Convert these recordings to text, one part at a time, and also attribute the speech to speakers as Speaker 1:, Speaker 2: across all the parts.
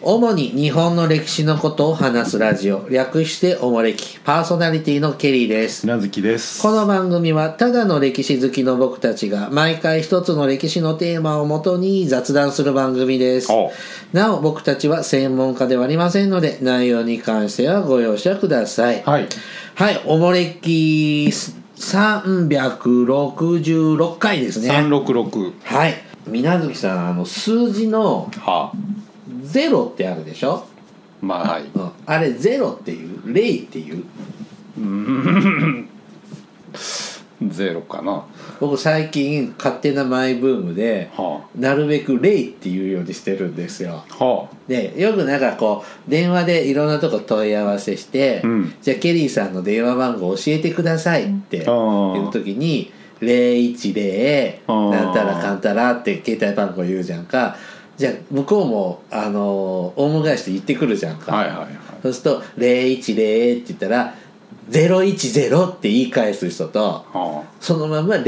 Speaker 1: 主に日本の歴史のことを話すラジオ略しておもれきパーソナリティのケリーです
Speaker 2: なずきです
Speaker 1: この番組はただの歴史好きの僕たちが毎回一つの歴史のテーマをもとに雑談する番組です
Speaker 2: お
Speaker 1: なお僕たちは専門家ではありませんので内容に関してはご容赦ください
Speaker 2: はい
Speaker 1: はいおもれき366回ですね
Speaker 2: 366
Speaker 1: はい水月さんあの数字の
Speaker 2: は
Speaker 1: 0ってあるでしょ
Speaker 2: まあはい
Speaker 1: うんあれゼロっていうレイっていう
Speaker 2: ゼロかなは
Speaker 1: 僕最近勝手なマイブームで
Speaker 2: あは
Speaker 1: なるべくレイっていうようにしてるんですよ
Speaker 2: あ
Speaker 1: でよくなんかこう電話でいろんなとこ問い合わせして、
Speaker 2: うん
Speaker 1: じゃあケリーさんの電話番号教えてくださいって
Speaker 2: うん
Speaker 1: 言う時に010
Speaker 2: うん
Speaker 1: なんたらかんたらって携帯番号言うじゃんかじゃあ向こうもあのー、大迎えして言ってくるじゃんか、
Speaker 2: はいはいはい
Speaker 1: そうすると「010」って言ったら「010」って言い返す人と
Speaker 2: は
Speaker 1: そのまま「010」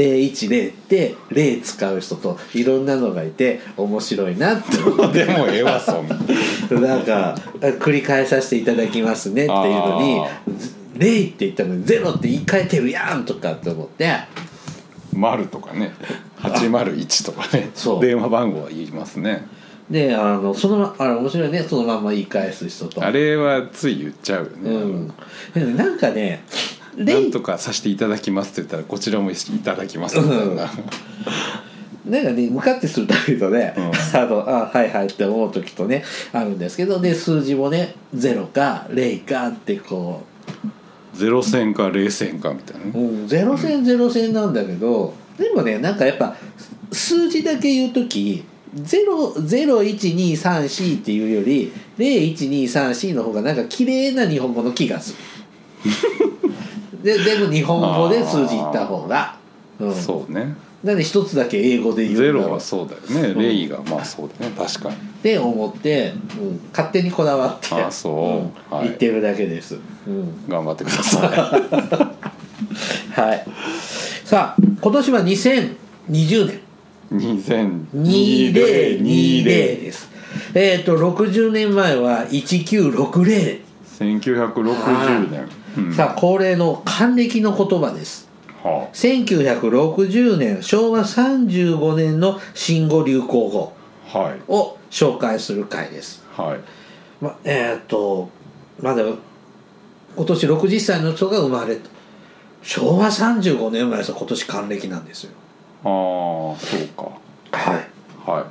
Speaker 1: って「0」使う人といろんなのがいて面白いな
Speaker 2: あ
Speaker 1: と
Speaker 2: でもええわそんな
Speaker 1: なんか繰り返させていただきますねっていうのに
Speaker 2: あ
Speaker 1: 「0」って言ったのに「0」って言い換えてるやんとかって思って
Speaker 2: 丸とかね801とかね
Speaker 1: そう
Speaker 2: 電話番号は言いますね
Speaker 1: であのそのまあれ面白いねそのまま言い返す人と。
Speaker 2: あれはつい言っちゃうよ
Speaker 1: う
Speaker 2: ね、
Speaker 1: ん、でもなんかね「
Speaker 2: な
Speaker 1: 0
Speaker 2: ん」とかさせていただきますって言ったらこちらもいただきますみたいな、
Speaker 1: なんかね、向かってするだけとね、
Speaker 2: う
Speaker 1: あの、あ、はいはいって思う時とね、あるんですけど、で、数字もね、0か0かってこ
Speaker 2: ゼロ戦か零戦かみたいなね
Speaker 1: う、うん、0線0線なんだけど、でもね、なんかやっぱ、数字だけ言う時01234っていうより01234の方がなんか綺麗な日本語の気がするででも日本語で数字言った方が、うん、
Speaker 2: そうね
Speaker 1: なんで一つだけ英語で言うんだ
Speaker 2: ゼ
Speaker 1: ろう
Speaker 2: ロはそうだよね、
Speaker 1: うん
Speaker 2: レイがまあそうだよね確かに
Speaker 1: って思って、うん、勝手にこだわって
Speaker 2: あそう
Speaker 1: うん
Speaker 2: はい
Speaker 1: 言ってるだけです、うん、
Speaker 2: 頑張ってくださ い
Speaker 1: はいさあ今年は2020年2020
Speaker 2: 2020
Speaker 1: ですえっ、と60年前は1960、
Speaker 2: 1960年、うん
Speaker 1: さあ恒例の還暦の言葉です
Speaker 2: は
Speaker 1: 1960年昭和35年の新語・流行語
Speaker 2: あはい
Speaker 1: を紹介する回です
Speaker 2: はい
Speaker 1: ま、えーっとまだ今年60歳の人が生まれた昭和35年生まれた今年還暦なんですよ
Speaker 2: ああそう
Speaker 1: はい
Speaker 2: かはい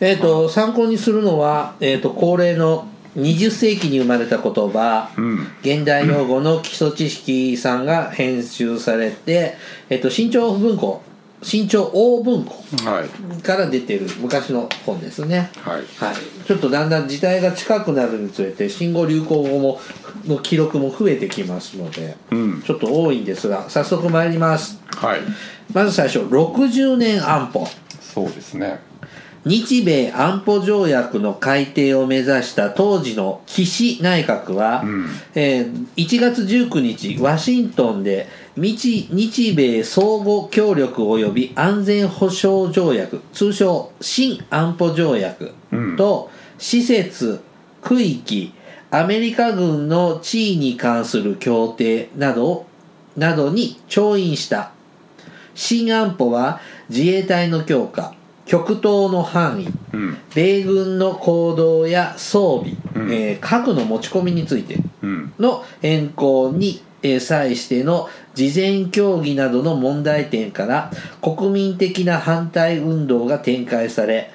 Speaker 1: えーっと参考にするのは、えーっと恒例の20世紀に生まれた言葉、
Speaker 2: うん
Speaker 1: 現代用語の基礎知識さんが編集されて、えーっと新潮文庫新潮大文庫
Speaker 2: はい
Speaker 1: から出てる昔の本ですね
Speaker 2: はい
Speaker 1: はい、ちょっとだんだん時代が近くなるにつれて新語・流行語もの記録も増えてきますので
Speaker 2: うん
Speaker 1: ちょっと多いんですが早速参ります
Speaker 2: はい
Speaker 1: まず最初60年安保
Speaker 2: そうですね
Speaker 1: 日米安保条約の改定を目指した当時の岸内閣は、
Speaker 2: うん
Speaker 1: えー1月19日ワシントンで日日米相互協力及び安全保障条約通称新安保条約
Speaker 2: うん
Speaker 1: と施設区域アメリカ軍の地位に関する協定などをなどに調印した新安保は自衛隊の強化極東の範囲
Speaker 2: うん
Speaker 1: 米軍の行動や装備、
Speaker 2: うん
Speaker 1: えー核の持ち込みについて
Speaker 2: うん
Speaker 1: の変更にえー際しての事前協議などの問題点から国民的な反対運動が展開され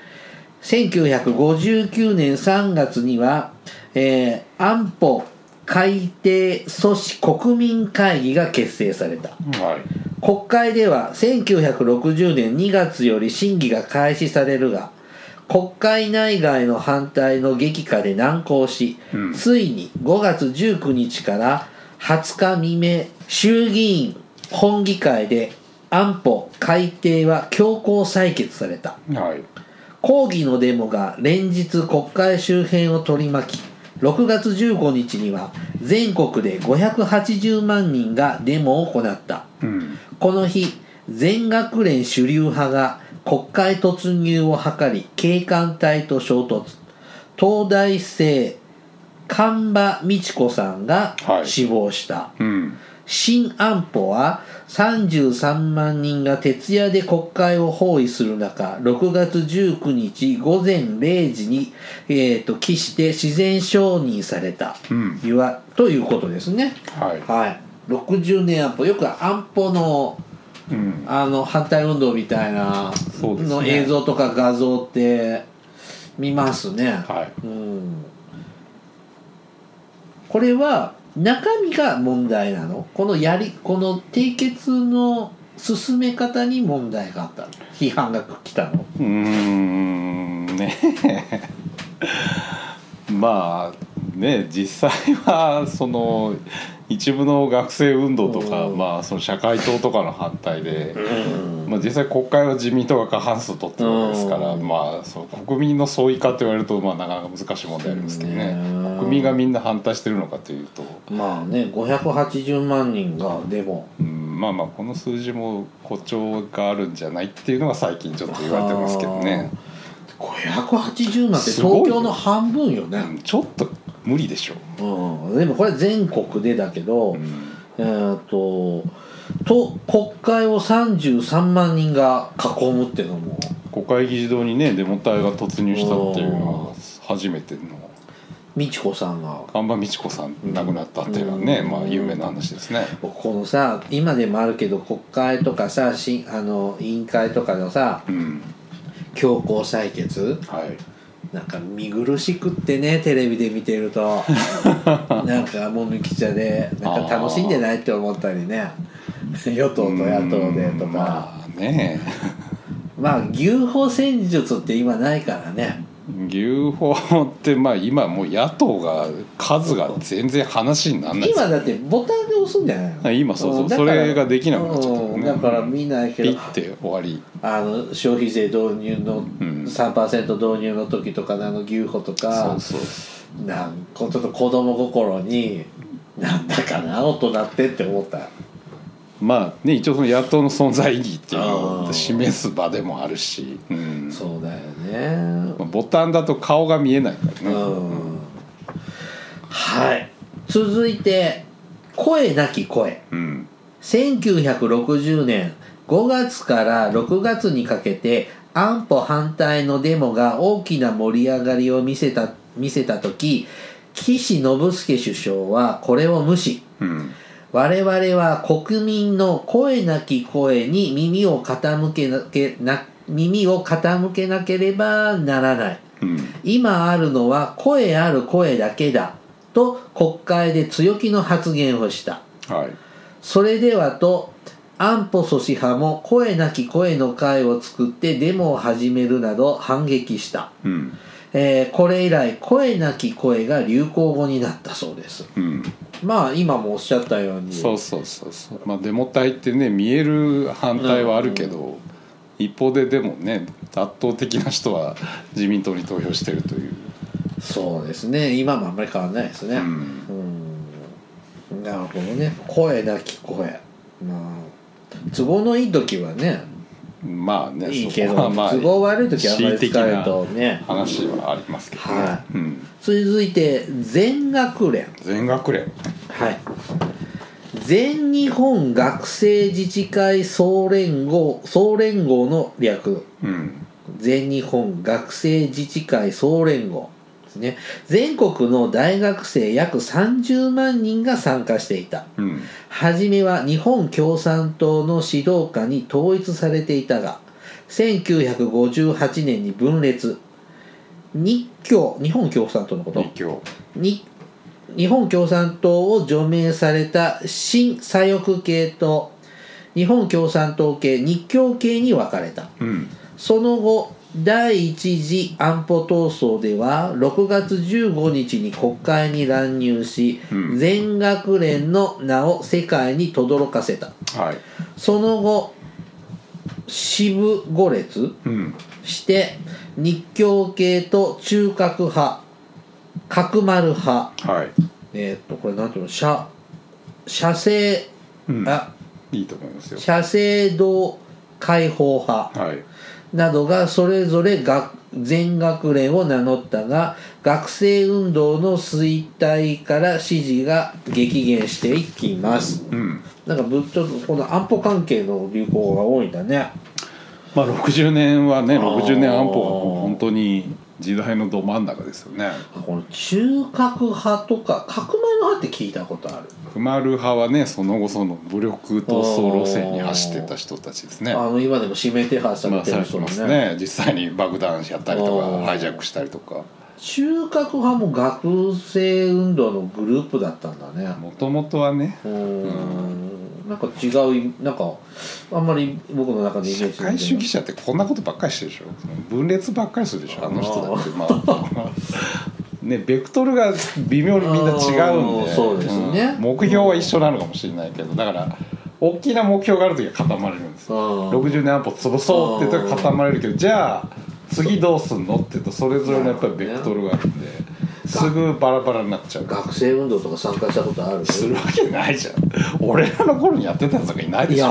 Speaker 1: 1959年3月には、えー安保改定阻止国民会議が結成された
Speaker 2: はい
Speaker 1: 国会では1960年2月より審議が開始されるが国会内外の反対の激化で難航し、
Speaker 2: うん
Speaker 1: ついに5月19日から20日未明衆議院本議会で安保改定は強行採決された
Speaker 2: はい
Speaker 1: 抗議のデモが連日国会周辺を取り巻き6月15日には全国で580万人がデモを行った
Speaker 2: うん
Speaker 1: この日全学連主流派が国会突入を図り警官隊と衝突東大生神場美智子さんが
Speaker 2: はい
Speaker 1: 死亡した、
Speaker 2: うん
Speaker 1: 新安保は33万人が徹夜で国会を包囲する中6月19日午前0時に、えー、と起して自然承認された、
Speaker 2: うん
Speaker 1: いわということですね
Speaker 2: はい
Speaker 1: はい60年安保よく安保の
Speaker 2: うん
Speaker 1: あの反対運動みたいな
Speaker 2: そうですね
Speaker 1: の映像とか画像って見ますね、
Speaker 2: はい
Speaker 1: うんこれは中身が問題なのこのやりこの締結の進め方に問題があったの批判が来たの
Speaker 2: うーんね えまあね実際はその一部の学生運動とか、
Speaker 1: うん
Speaker 2: まあ、その社会党とかの反対で、
Speaker 1: うん
Speaker 2: まあ、実際国会は自民党が過半数取ってるわけですから、
Speaker 1: うん
Speaker 2: まあ、その国民の相違かと言われると、まあ、なかなか難しい問題ありますけどね国民がみんな反対してるのかというと、
Speaker 1: まあね580万人がデモ
Speaker 2: うん、まあまあこの数字も誇張があるんじゃないっていうのが最近ちょっと言われてますけどね、
Speaker 1: 580万って
Speaker 2: すごい
Speaker 1: 東京の半分よ
Speaker 2: うん
Speaker 1: ね、
Speaker 2: ちょっと無理でしょ
Speaker 1: うん、でもこれ全国でだけど、
Speaker 2: う、うん
Speaker 1: えーっとと国会を33万人が囲むっていうのも
Speaker 2: 国会議事堂にねデモ隊が突入したっていうのは初めての
Speaker 1: 美智子さんが
Speaker 2: 看板美智子さん亡くなったっていうのはね、
Speaker 1: うん
Speaker 2: まあ有名な話ですね。
Speaker 1: このさ今でもあるけど国会とかさしあの委員会とかのさ
Speaker 2: うん、
Speaker 1: 強行採決
Speaker 2: はい、
Speaker 1: なんか見苦しくってねテレビで見てるとなんかもみきちゃでなんか楽しんでないって思ったりね与党と野党でと
Speaker 2: うん
Speaker 1: か
Speaker 2: まあね
Speaker 1: まあ牛歩戦術って今ないからね
Speaker 2: 牛法ってまあ今もう野党が数が全然話にならない
Speaker 1: 今だってボタンで押すんじゃないの
Speaker 2: あ今そうそうん
Speaker 1: だから
Speaker 2: それができなくなっちゃったよね
Speaker 1: うんだから見ないけ
Speaker 2: ピ
Speaker 1: ど
Speaker 2: ッて終わり
Speaker 1: あの消費税導入の
Speaker 2: うん
Speaker 1: 3%導入の時とかのあの牛歩と
Speaker 2: そ
Speaker 1: か
Speaker 2: う、そう
Speaker 1: なんかちょっと子供心になんだかな大人ってって思った
Speaker 2: まあね一応その野党の存在意義っていうの
Speaker 1: あ
Speaker 2: を
Speaker 1: ー
Speaker 2: 示す場でもあるし、うん
Speaker 1: そうだよね
Speaker 2: まあボタンだと顔が見えないから
Speaker 1: う
Speaker 2: ね、
Speaker 1: んはい続いて「声なき声」
Speaker 2: うん
Speaker 1: 1960年5月から6月にかけて安保反対のデモが大きな盛り上がりを見せた見せた時岸信介首相はこれを無視
Speaker 2: うん
Speaker 1: 我々は国民の声なき声に耳を傾けなけな耳を傾けなければならない
Speaker 2: うん
Speaker 1: 今あるのは声ある声だけだと国会で強気の発言をした
Speaker 2: はい
Speaker 1: それではと安保組織派も声なき声の会を作ってデモを始めるなど反撃した、
Speaker 2: うん
Speaker 1: えーこれ以来声なき声が流行語になったそうです
Speaker 2: うん、
Speaker 1: まあ今もおっしゃったように
Speaker 2: そうそうそうそうまあデモ隊ってね見える反対はあるけど、一方ででもね圧倒的な人は自民党に投票してるという、
Speaker 1: そうですね今もあんまり変わらないですね
Speaker 2: う
Speaker 1: うん
Speaker 2: ん
Speaker 1: んなるほどね声なき声まあ都合のいい時はね
Speaker 2: まあね
Speaker 1: いいけど、
Speaker 2: そこはまあ
Speaker 1: 都合悪い時はあんまり使うとね
Speaker 2: 話はありますけど、ね
Speaker 1: は
Speaker 2: うん、
Speaker 1: 続いて全学連
Speaker 2: 全学連
Speaker 1: はい、全日本学生自治会総連合総連合の略
Speaker 2: うん
Speaker 1: 全日本学生自治会総連合ですね全国の大学生約30万人が参加していた
Speaker 2: うん
Speaker 1: 初めは日本共産党の指導下に統一されていたが1958年に分裂日共日本共産党のこと
Speaker 2: 立教
Speaker 1: に日本共産党を除名された新左翼系と日本共産党系日共系に分かれた
Speaker 2: うん
Speaker 1: その後第一次安保闘争では6月15日に国会に乱入し、
Speaker 2: うん
Speaker 1: 全学連の名を世界に轟かせた
Speaker 2: はい
Speaker 1: その後支部五列
Speaker 2: うん
Speaker 1: して日共系と中核派角丸派
Speaker 2: はい
Speaker 1: えーっとこれなんていうの社社制、
Speaker 2: うん
Speaker 1: あ
Speaker 2: いいと思いますよ
Speaker 1: 社制堂解放派
Speaker 2: はい
Speaker 1: などがそれぞれ学全学連を名乗ったが学生運動の衰退から支持が激減していきます
Speaker 2: うん
Speaker 1: なんかぶちょっとこの安保関係の流行が多いんだね
Speaker 2: まあ60年はね
Speaker 1: あー
Speaker 2: 60年安保はもう本当に時代のど真ん中ですよね
Speaker 1: この中核派とか革命の派って聞いたことある
Speaker 2: クマル派はねその後その武力闘争路線に走ってた人たちですね
Speaker 1: あの今でも指名手配され
Speaker 2: まあ
Speaker 1: て
Speaker 2: さ
Speaker 1: る
Speaker 2: れて
Speaker 1: 人
Speaker 2: ま
Speaker 1: も
Speaker 2: す
Speaker 1: ね,、
Speaker 2: ね実際に爆弾やったりと
Speaker 1: あー
Speaker 2: かハイジャックしたりとか
Speaker 1: 中核派も学生運動のグループだったんだね
Speaker 2: もともとはね
Speaker 1: うーんなんか違ういなんかあんまり僕の中でイメ
Speaker 2: 社
Speaker 1: ージできない
Speaker 2: 会主義者ってこんなことばっかりしてるでしょ分裂ばっかりするでしょあの人だってまあねベクトルが微妙にみんな違うん
Speaker 1: あー
Speaker 2: で
Speaker 1: そうですね
Speaker 2: ん目標は一緒なのかもしれないけどだから大きな目標がある時は固まれるんですよ
Speaker 1: うん
Speaker 2: 60年安保潰そうって言ったら固まれるけどじゃあ次どうすんのって言うとそれぞれのやっぱりベクトルがあるんですぐバラバラになっちゃう
Speaker 1: 学生運動とか参加したことある
Speaker 2: するわけないじゃん俺らの頃にやってたやつとかいないでしょ
Speaker 1: いや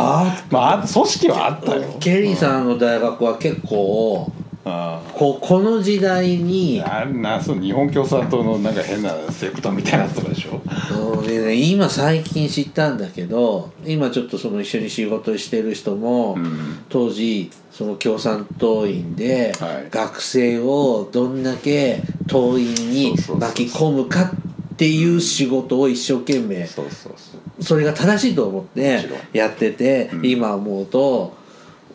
Speaker 2: まああ組織はあったよ
Speaker 1: ケリーさんの大学は結構
Speaker 2: あ
Speaker 1: ここの時代に
Speaker 2: あなそう日本共産党のなんか変なセクトみたいなやつとかでしょ
Speaker 1: うんでね今最近知ったんだけど今ちょっとその一緒に仕事してる人も、
Speaker 2: ん
Speaker 1: 当時その共産党員で
Speaker 2: はい
Speaker 1: 学生をどんだけ党員に
Speaker 2: そうそうそうそう
Speaker 1: 巻き込むかっていう仕事を一生懸命
Speaker 2: そうそうそう
Speaker 1: それが正しいと思って
Speaker 2: もちろん
Speaker 1: やってて
Speaker 2: うん
Speaker 1: 今思うと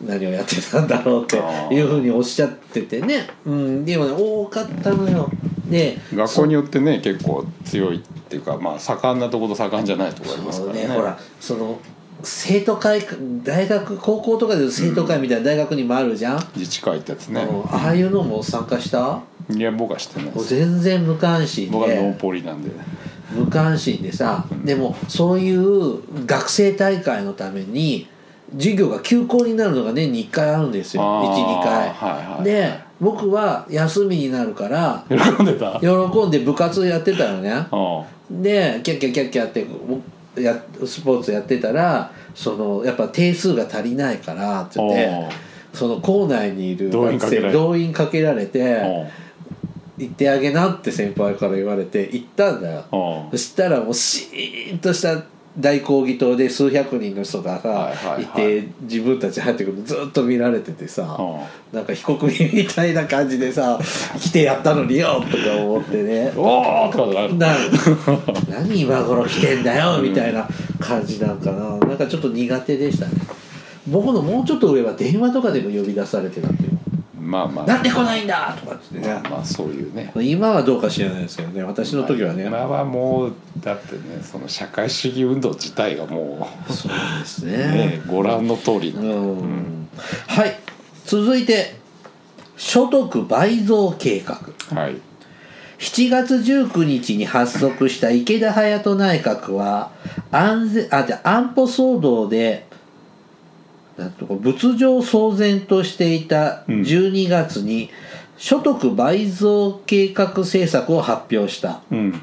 Speaker 1: 何をやってたんだろうっていうふうにおっしゃっててねうんでもね多かったのよで
Speaker 2: 学校によってね結構強いっていうかまあ盛んなとこと盛んじゃないとこあります
Speaker 1: そ
Speaker 2: か
Speaker 1: う
Speaker 2: ら
Speaker 1: ね
Speaker 2: ね
Speaker 1: ほらその生徒会大学高校とかで生徒会みたいな大学にもあるじゃん、
Speaker 2: 自治会ってやつ
Speaker 1: あ
Speaker 2: ね
Speaker 1: のああいうのも参加した
Speaker 2: いや僕はしてないで
Speaker 1: もう
Speaker 2: す
Speaker 1: 全然無関心
Speaker 2: 僕はノン
Speaker 1: で
Speaker 2: ポリなんで
Speaker 1: 無関心でさでもそういう学生大会のために授業が休校になるのが年に1回あるんですよ
Speaker 2: あー
Speaker 1: 12回、
Speaker 2: はいはい
Speaker 1: で僕は休みになるから
Speaker 2: 喜んでた
Speaker 1: 喜んで部活やってたのね
Speaker 2: あ
Speaker 1: でキャッキャッキャッキャってこうやスポーツやってたらそのやっぱ定数が足りないからって言って
Speaker 2: あ
Speaker 1: その校内にいる
Speaker 2: 動員
Speaker 1: 学
Speaker 2: かけら
Speaker 1: 生
Speaker 2: れ
Speaker 1: 動員かけられて
Speaker 2: あ
Speaker 1: 行ってあげなって先輩から言われて行ったんだよ
Speaker 2: あ
Speaker 1: そしたらもうシーンとした大抗議党で数百人の人がさ、
Speaker 2: はいいはいはい
Speaker 1: て自分たち入ってくるのずっと見られててさ、
Speaker 2: あ
Speaker 1: なんか被告人みたいな感じで さ来てやったのによとか思ってね
Speaker 2: おおとかなる
Speaker 1: なる 何今頃来てんだよみたいな感じなんかななんかちょっと苦手でしたね僕のもうちょっと上は電話とかでも呼び出されてたんだよ
Speaker 2: まあまあ
Speaker 1: なんで来ないんだとかっつってね
Speaker 2: まあそういうね
Speaker 1: 今はどうか知らないですけどね私の時はね、
Speaker 2: 今はもうだってねその社会主義運動自体がも
Speaker 1: そうです
Speaker 2: う、ね、ご覧の通り
Speaker 1: う
Speaker 2: なん
Speaker 1: はい続いて所得倍増計画
Speaker 2: はい
Speaker 1: 7月19日に発足した池田隼人内閣は安全あじゃ安保騒動でなんとか仏上騒然としていた
Speaker 2: うん
Speaker 1: 12月に所得倍増計画政策を発表した
Speaker 2: うん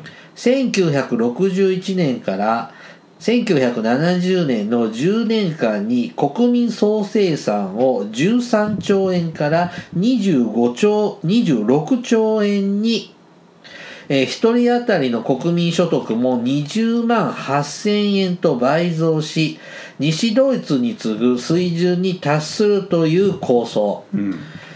Speaker 1: 1961年から1970年の10年間に国民総生産を13兆円から25兆26兆円に、えー一人当たりの国民所得も20万8000円と倍増し西ドイツに次ぐ水準に達するという構想
Speaker 2: うん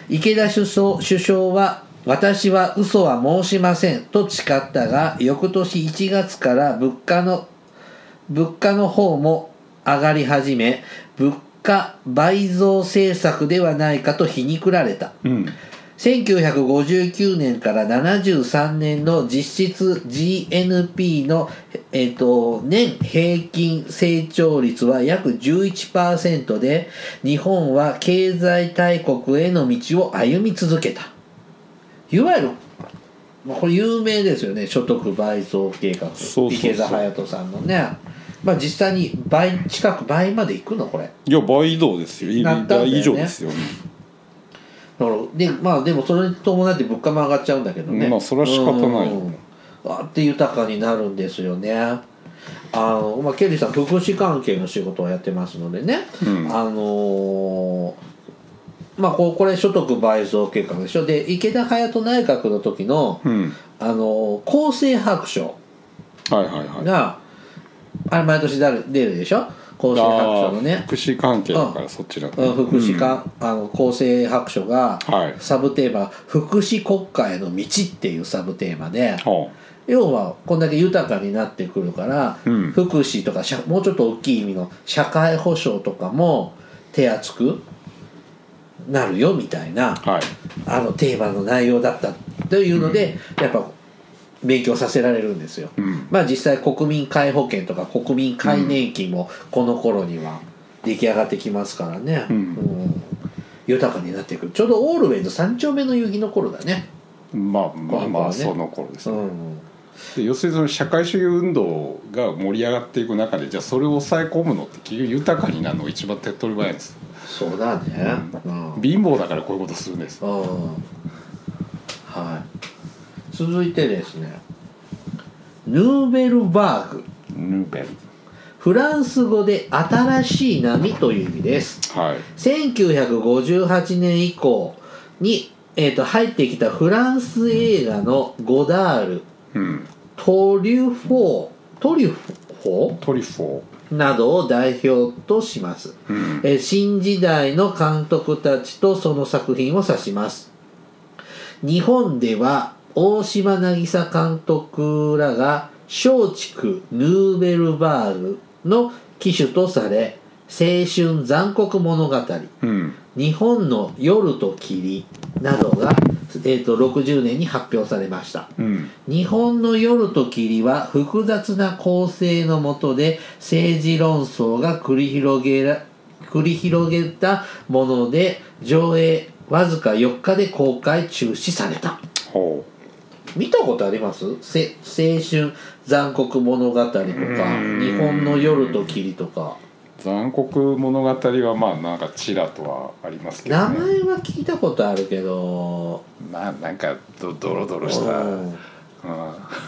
Speaker 1: 池田首相首相は私は嘘は申しませんと誓ったが翌年1月から物価の物価の方も上がり始め物価倍増政策ではないかと皮肉られた
Speaker 2: うん
Speaker 1: 1959年から73年の実質 GNP の、えっと年平均成長率は約11%で日本は経済大国への道を歩み続けたいわゆるまあこれ有名ですよね所得倍増計画
Speaker 2: そうそうそう
Speaker 1: 池田隼人さんのねまあ実際に倍近く倍までいくのこれ
Speaker 2: いや倍移動ですよ
Speaker 1: なったんだよね
Speaker 2: 倍以上ですよ、
Speaker 1: だからでまあでもそれに伴って物価も上がっちゃうんだけどね
Speaker 2: まあそれは仕方ない
Speaker 1: うんあって豊かになるんですよねあの、まあ、ケリーさん福祉関係の仕事をやってますのでね、
Speaker 2: うん
Speaker 1: あのーまあこうこれ所得倍増計画でしょで池田隼人内閣の時の
Speaker 2: うん
Speaker 1: あの厚生白書
Speaker 2: はいはいはい
Speaker 1: が、あれ毎年出る出るでしょ厚生白書の
Speaker 2: あー
Speaker 1: ね
Speaker 2: 福祉関係だからそちらね
Speaker 1: うん福祉か、あの厚生白書が、
Speaker 2: はい
Speaker 1: サブテーマ「福祉国家への道」っていうサブテーマで
Speaker 2: は
Speaker 1: 要はこんだけ豊かになってくるから、
Speaker 2: うん
Speaker 1: 福祉とか社もうちょっと大きい意味の社会保障とかも手厚くなるよみたいな
Speaker 2: あはい
Speaker 1: あのテーマの内容だったというので、やっぱ勉強させられるんですよ、
Speaker 2: うん
Speaker 1: まあ実際国民皆保険とか国民皆年金もこの頃には出来上がってきますからね、
Speaker 2: うん
Speaker 1: ん豊かになっていくるちょうどオールウェイズ三丁目の遊戯の頃だね
Speaker 2: まあまあま
Speaker 1: この頃
Speaker 2: あ
Speaker 1: ね
Speaker 2: その頃です
Speaker 1: う
Speaker 2: ね
Speaker 1: ん
Speaker 2: で要するにその社会主義運動が盛り上がっていく中でじゃあそれを抑え込むのって結局豊かになるのが一番手っ取り早いんです
Speaker 1: そうだねうん、うん
Speaker 2: 貧乏だからこういうことするんです
Speaker 1: はい続いてですねヌーベルバーグ
Speaker 2: ヌーベル
Speaker 1: フランス語で新しい波という意味です
Speaker 2: はい
Speaker 1: 1958年以降に、えー、と入ってきたフランス映画のゴダール、
Speaker 2: うん
Speaker 1: トリュフォートリュフォ
Speaker 2: トリュフォ
Speaker 1: ーなどを代表とします、
Speaker 2: ーうん
Speaker 1: えー新時代の監督たちとその作品を指します日本では大島渚監督らが松竹ヌーベルバーグの機種とされ青春残酷物語
Speaker 2: うん
Speaker 1: 日本の夜と霧などが、えー、と60年に発表されました
Speaker 2: うん
Speaker 1: 日本の夜と霧は複雑な構成のもとで政治論争が繰り広げら繰り広げたもので上映わずか4日で公開中止された
Speaker 2: ほ
Speaker 1: 見たことありますせ青春残酷物語とか
Speaker 2: ん
Speaker 1: 日本の夜と霧とか
Speaker 2: う残酷物語はまあなんかちらとはありますけ
Speaker 1: 名
Speaker 2: どね
Speaker 1: 前は聞いたことあるけど
Speaker 2: ななんかドドロドロした
Speaker 1: うん
Speaker 2: うん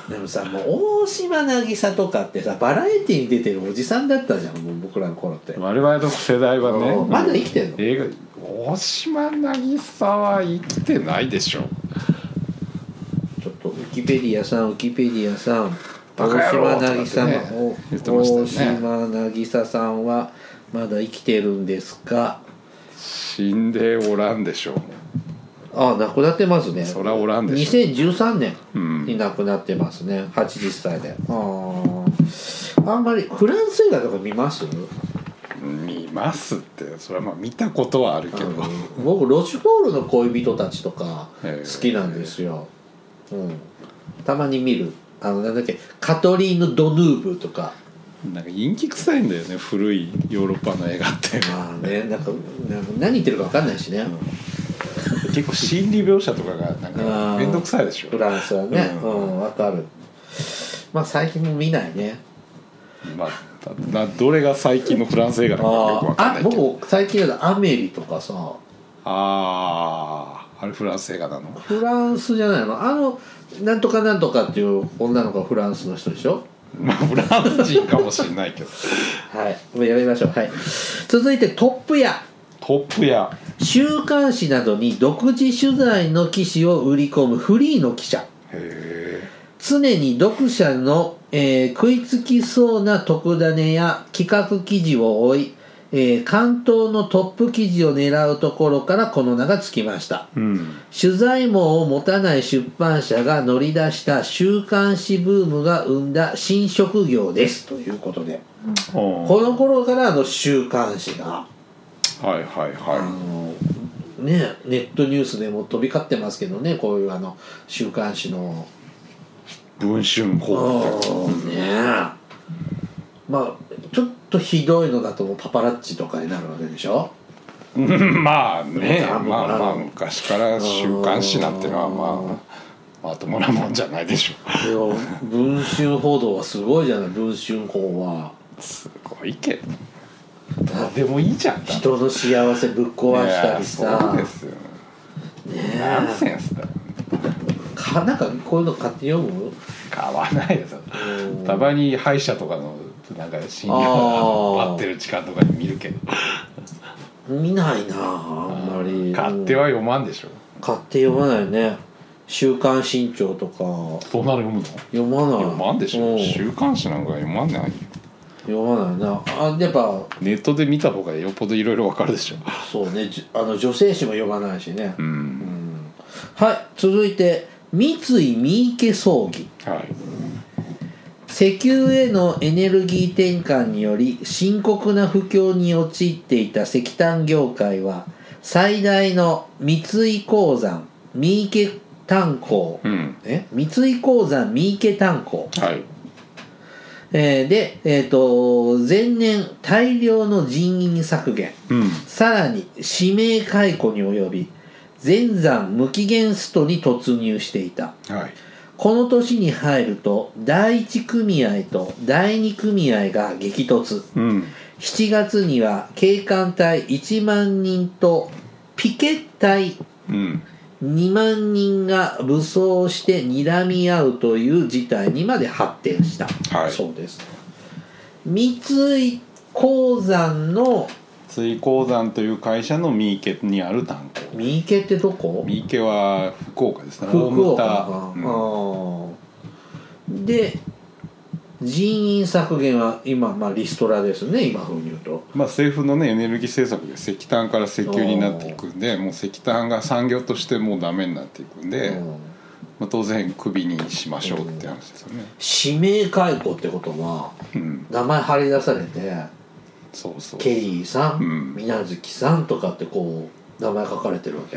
Speaker 1: でもさもう大島渚とかってさバラエティーに出てるおじさんだったじゃんもう僕らの頃って
Speaker 2: 我々の世代はね
Speaker 1: うんまだ生きてんの
Speaker 2: 映画大島渚は生きてないでしょ
Speaker 1: ちょっとウィキペディアさんウィキペディアさん
Speaker 2: バカ
Speaker 1: 大
Speaker 2: 野
Speaker 1: 島
Speaker 2: 郎
Speaker 1: 渚、
Speaker 2: とかってね言ってま
Speaker 1: 大
Speaker 2: したよね
Speaker 1: 島渚さんはまだ生きてるんですか
Speaker 2: 死んでおらんでしょ
Speaker 1: ああ亡くなってますね
Speaker 2: そらおらんでしょ
Speaker 1: 2013年
Speaker 2: うん
Speaker 1: に亡くなってますね80歳であーあんまりフランス映画とか見ます
Speaker 2: 見ますってそれはまあ見たことはあるけど、
Speaker 1: あの僕ロシュポールの恋人たちとか
Speaker 2: へー
Speaker 1: 好きなんですよ、うん、たまに見るあのなんだっけカトリーヌ・ドヌーブと か
Speaker 2: なんか陰気臭いんだよね古いヨーロッパの映画って
Speaker 1: まあねなんかなんか何言ってるか分かんないしね、
Speaker 2: 結構心理描写とかがなん
Speaker 1: あ
Speaker 2: か
Speaker 1: ー
Speaker 2: 面倒くさいでしょ
Speaker 1: フランスはねう、
Speaker 2: うん
Speaker 1: 分かるまあ最近も見ないね
Speaker 2: まあなどれが最近のフランス映画なのかよくわかん
Speaker 1: あ
Speaker 2: な
Speaker 1: あ
Speaker 2: いけど
Speaker 1: 僕最近だとアメリとかさ
Speaker 2: ああーあれフランス映画なの
Speaker 1: フランスじゃないのあのなんとかなんとかっていう女の子はフランスの人でしょ
Speaker 2: まあフランス人かもしれないけど
Speaker 1: はいもうやめましょうはい続いてトップ屋
Speaker 2: トップや
Speaker 1: 週刊誌などに独自取材の記事を売り込むフリーの記者
Speaker 2: へえ
Speaker 1: 常に読者の、えー食いつきそうな特種や企画記事を追い、えー関東のトップ記事を狙うところからこの名が付きました
Speaker 2: うん
Speaker 1: 取材網を持たない出版社が乗り出した週刊誌ブームが生んだ新職業ですということでこ
Speaker 2: は
Speaker 1: の頃からあの週刊誌が
Speaker 2: いはい
Speaker 1: あ
Speaker 2: は
Speaker 1: のねネットニュースでも飛び交ってますけどねこういうあの週刊誌の
Speaker 2: い文春広告
Speaker 1: ねまあちょっとひどいのだともうパパラッチとかになるわけでしょ
Speaker 2: うんまあね
Speaker 1: あ
Speaker 2: まあまあ
Speaker 1: うん
Speaker 2: 昔から週刊誌なんてのはまあまともなもんじゃないでしょ
Speaker 1: でも文春報道はすごいじゃない文春報は
Speaker 2: うすごいけどどうでもいいじゃんだって
Speaker 1: 人の幸せぶっ壊したり
Speaker 2: いや
Speaker 1: さ
Speaker 2: そうですよ
Speaker 1: ね
Speaker 2: ナンセンスだよ
Speaker 1: かなんかこういうの買って読む
Speaker 2: 買わないですよ
Speaker 1: うん
Speaker 2: たまに歯医者とかのなんか診療
Speaker 1: あー
Speaker 2: が待ってる時間とかに見るけど
Speaker 1: 見ないなああんまり
Speaker 2: 買っては読まんでしょ
Speaker 1: 買って読まないね週刊新潮とか
Speaker 2: どうなる読むの
Speaker 1: 読まない
Speaker 2: 読まんでし
Speaker 1: う
Speaker 2: ょ
Speaker 1: ん
Speaker 2: 週刊誌なんか読まんないよ
Speaker 1: 読まないなあやっぱ
Speaker 2: ネットで見た方がよっぽどいろいろわかるでしょ
Speaker 1: そうねじゅあの女性誌も読まないしね、
Speaker 2: う
Speaker 1: うんんはい続いて三井三池葬儀
Speaker 2: はい
Speaker 1: 石油へのエネルギー転換により深刻な不況に陥っていた石炭業界は最大の三井鉱山三池炭鉱、
Speaker 2: うん
Speaker 1: え三井鉱山三池炭鉱、
Speaker 2: はい
Speaker 1: えーで、えー、と前年大量の人員削減
Speaker 2: うん
Speaker 1: さらに指名解雇に及び全山無期限ストに突入していた
Speaker 2: はい
Speaker 1: この年に入ると第1組合と第2組合が激突
Speaker 2: うん
Speaker 1: 7月には警官隊1万人とピケ隊
Speaker 2: うん
Speaker 1: 2万人が武装して睨み合うという事態にまで発展した、
Speaker 2: はい
Speaker 1: そうです三井鉱山の
Speaker 2: 水鉱山という会社の三池にある炭鉱
Speaker 1: 三池ってどこ
Speaker 2: 三池は福岡ですね
Speaker 1: 福岡
Speaker 2: 大
Speaker 1: か、
Speaker 2: 牟田うん
Speaker 1: うんで人員削減は今、まあ、リストラですね今風に言うと
Speaker 2: まあ、政府の、ね、エネルギー政策で石炭から石油になっていくんでもう石炭が産業としてもうダメになっていくんで、
Speaker 1: うん
Speaker 2: まあ、当然クビにしましょうって話ですよね、
Speaker 1: 指名解雇ってことは
Speaker 2: うん、
Speaker 1: 名前張り出されて
Speaker 2: そうそう
Speaker 1: ケリーさん、
Speaker 2: うん
Speaker 1: 水無月さんとかってこう名前書かれてるわけ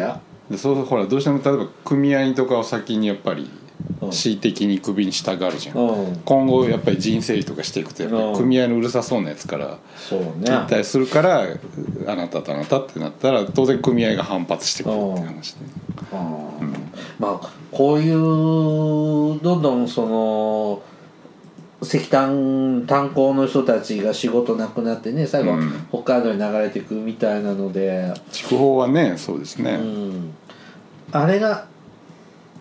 Speaker 2: でそうほらどうしても例えば組合とかを先にやっぱり
Speaker 1: うん
Speaker 2: 恣意的にクビにしたがるじゃん、
Speaker 1: うん
Speaker 2: 今後やっぱり人整理とかしていくとやっぱ
Speaker 1: うん
Speaker 2: り組合のうるさそうなやつから
Speaker 1: そう
Speaker 2: 撤
Speaker 1: ね
Speaker 2: 退するからあなたとあなたってなったら当然組合が反発してくるっていう話で、
Speaker 1: うん
Speaker 2: うん
Speaker 1: まあこういうどんどんその石炭炭鉱の人たちが仕事なくなってね最後
Speaker 2: うん
Speaker 1: 北海道に流れていくみたいなので、
Speaker 2: 筑豊はねそうですね、
Speaker 1: うんあれが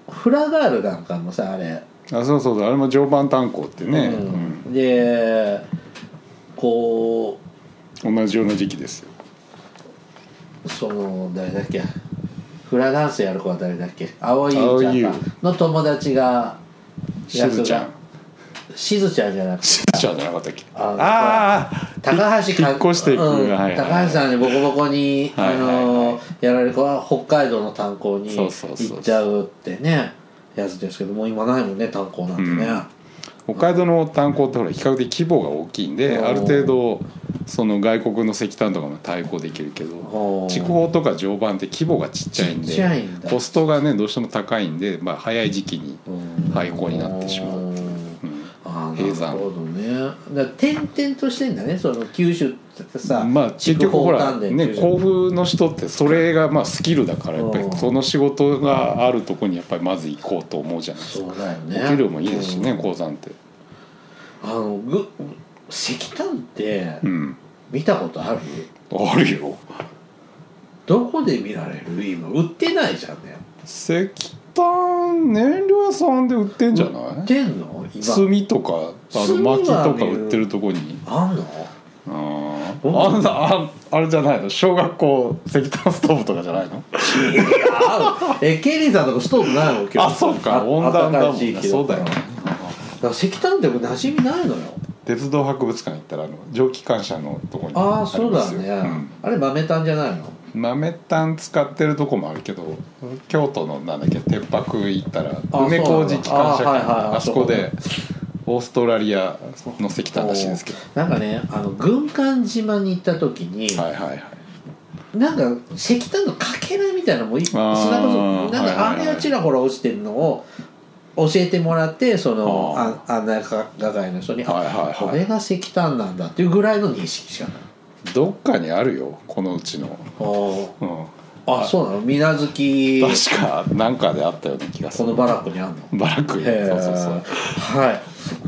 Speaker 1: フラガールなんかもさあれ、
Speaker 2: あそうそうそうあれも常磐炭鉱ってね、
Speaker 1: うんでこ
Speaker 2: うん同じような時期ですよ
Speaker 1: うその誰だっけフラダンスやる子は誰だっけ青いゆうちゃんか
Speaker 2: 蒼井優
Speaker 1: の友達が
Speaker 2: しずちゃ
Speaker 1: 役
Speaker 2: ん
Speaker 1: がしずちゃんじゃなくて
Speaker 2: しずちゃんじゃなかったっけ
Speaker 1: あ
Speaker 2: ああー
Speaker 1: 高橋
Speaker 2: ひ引っ越していく、
Speaker 1: うん
Speaker 2: はい
Speaker 1: 高橋さんねボコボコに、
Speaker 2: はいはいはい
Speaker 1: あのやられる子は北海道の炭鉱に
Speaker 2: そうそうそう
Speaker 1: 行っちゃうってねやつですけどもう今ないもんね炭鉱なんてね、
Speaker 2: うん北海道の炭鉱ってほら比較的規模が大きいんで
Speaker 1: おー
Speaker 2: ある程度その外国の石炭とかも対抗できるけ
Speaker 1: お
Speaker 2: ど
Speaker 1: ー
Speaker 2: 筑豊とか常磐って規模がちっちゃいん
Speaker 1: ち
Speaker 2: で
Speaker 1: っちゃいんだ
Speaker 2: コストがねどうしても高いんで、まあ、早い時期に
Speaker 1: うん
Speaker 2: 廃校になってしまう、うん
Speaker 1: あーな
Speaker 2: 閉山
Speaker 1: るほどねだから転々としてんだねその九州ってさ
Speaker 2: まあ結局ほらね甲
Speaker 1: こ
Speaker 2: 府の人ってそれがまあスキルだからやっぱ
Speaker 1: うん
Speaker 2: りその仕事があるとこにやっぱりまず行こうと思うじゃないですか
Speaker 1: そうだよね
Speaker 2: お給料もいいですしね
Speaker 1: うん
Speaker 2: 鉱山って
Speaker 1: あのぐ石炭って
Speaker 2: うん
Speaker 1: 見たことある、
Speaker 2: あるよ
Speaker 1: どこで見られる今売ってないじゃんね
Speaker 2: 石炭燃料屋さんで売ってんじゃ
Speaker 1: 売
Speaker 2: な
Speaker 1: っ
Speaker 2: い
Speaker 1: てんの今
Speaker 2: 炭とかあの
Speaker 1: 炭は
Speaker 2: 薪とか
Speaker 1: 見る
Speaker 2: 売ってるとこに
Speaker 1: あんの
Speaker 2: あ
Speaker 1: うん
Speaker 2: ーあんなああれじゃないの小学校石炭ストーブとかじゃないの
Speaker 1: いや合うえケリーさんとかストーブないの今日
Speaker 2: あそうか
Speaker 1: あ
Speaker 2: 温暖だも
Speaker 1: 暖かい
Speaker 2: ん
Speaker 1: 地
Speaker 2: ね
Speaker 1: 域
Speaker 2: そうだよ
Speaker 1: だ
Speaker 2: ね
Speaker 1: から石炭って馴染みないのよ
Speaker 2: 鉄道博物館行ったらあの蒸気機関車のとこに
Speaker 1: あ
Speaker 2: あ
Speaker 1: あそうだね、あれ豆炭じゃないの
Speaker 2: うん、豆炭使ってるとこもあるけど京都のなんだっけ鉄白行ったら
Speaker 1: あ
Speaker 2: 梅小路機関車
Speaker 1: そうなんだあはいはい
Speaker 2: あそこでオーストラリアの石炭らしいですけど
Speaker 1: なんかねあの軍艦島に行った時に、
Speaker 2: はいはいはい
Speaker 1: なんか石炭のかけらみたいなのもいそれこ
Speaker 2: あー
Speaker 1: そなん
Speaker 2: はいはいは
Speaker 1: かあ
Speaker 2: い
Speaker 1: れがちらほら落ちてるのを教えてもらってその
Speaker 2: あ
Speaker 1: あ案内係の人に、
Speaker 2: はいはいはい
Speaker 1: あこれが石炭なんだっていうぐらいの認識しかない
Speaker 2: どっかにあるよこのうちの、うん、
Speaker 1: あそうなの水無月
Speaker 2: 確かなんかであったような気がす
Speaker 1: この
Speaker 2: る
Speaker 1: バラックにあんの
Speaker 2: バラク
Speaker 1: へ
Speaker 2: へ
Speaker 1: え
Speaker 2: そうそうそう
Speaker 1: はい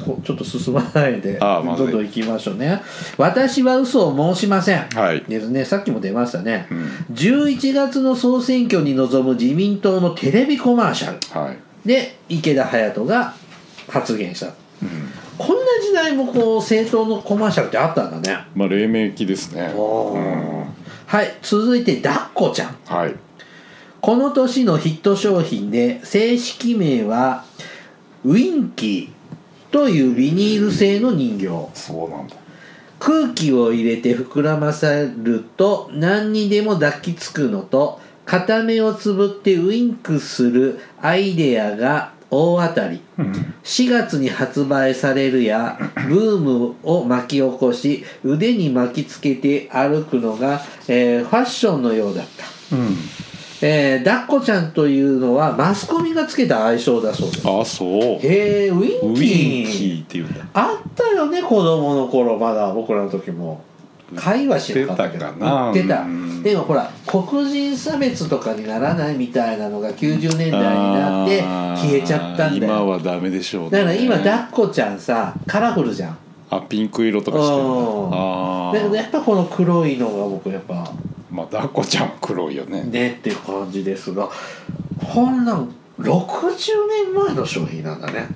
Speaker 1: こちょっと進まないで
Speaker 2: あーまず
Speaker 1: ど
Speaker 2: い
Speaker 1: んどん行きましょうね私は嘘を申しません、
Speaker 2: はい
Speaker 1: ですねさっきも出ましたね、
Speaker 2: うん
Speaker 1: 11月の総選挙に臨む自民党のテレビコマーシャル
Speaker 2: はい、
Speaker 1: で池田勇人が発言した
Speaker 2: うん、
Speaker 1: こんな時代もこう政党のコマーシャルってあったんだね
Speaker 2: まあ黎明期ですね、うん、
Speaker 1: はい続いてだっこちゃん
Speaker 2: はい
Speaker 1: この年のヒット商品で正式名はウィンキーというビニール製の人形
Speaker 2: そうなんだ
Speaker 1: 空気を入れて膨らませると何にでも抱きつくのと片目をつぶってウインクするアイデアが大当たり4月に発売されるやブームを巻き起こし腕に巻きつけて歩くのが、えーファッションのようだった、
Speaker 2: うん
Speaker 1: えー、だっこちゃんというのはマスコミがつけた愛称だそうです
Speaker 2: あそう
Speaker 1: へえウィン
Speaker 2: ウ
Speaker 1: キ
Speaker 2: ィ
Speaker 1: ー
Speaker 2: ンキーっていうんだ
Speaker 1: あったよね子供の頃まだ僕らの時も会話しなかったけど
Speaker 2: 売ってたかな
Speaker 1: 売ってた
Speaker 2: うん
Speaker 1: でもほら黒人差別とかにならないみたいなのが90年代になって消えちゃったんだ
Speaker 2: あー今
Speaker 1: よ
Speaker 2: はダメでしょうね
Speaker 1: だから今抱っこちゃんさカラフルじゃん
Speaker 2: あピンク色とかしてるんだ
Speaker 1: うん
Speaker 2: あ
Speaker 1: だけど
Speaker 2: あ、
Speaker 1: やっぱこの黒いのが僕やっぱ
Speaker 2: まあダコちゃんは黒いよね
Speaker 1: ねっていう感じですがこんなん60年前の商品なんだね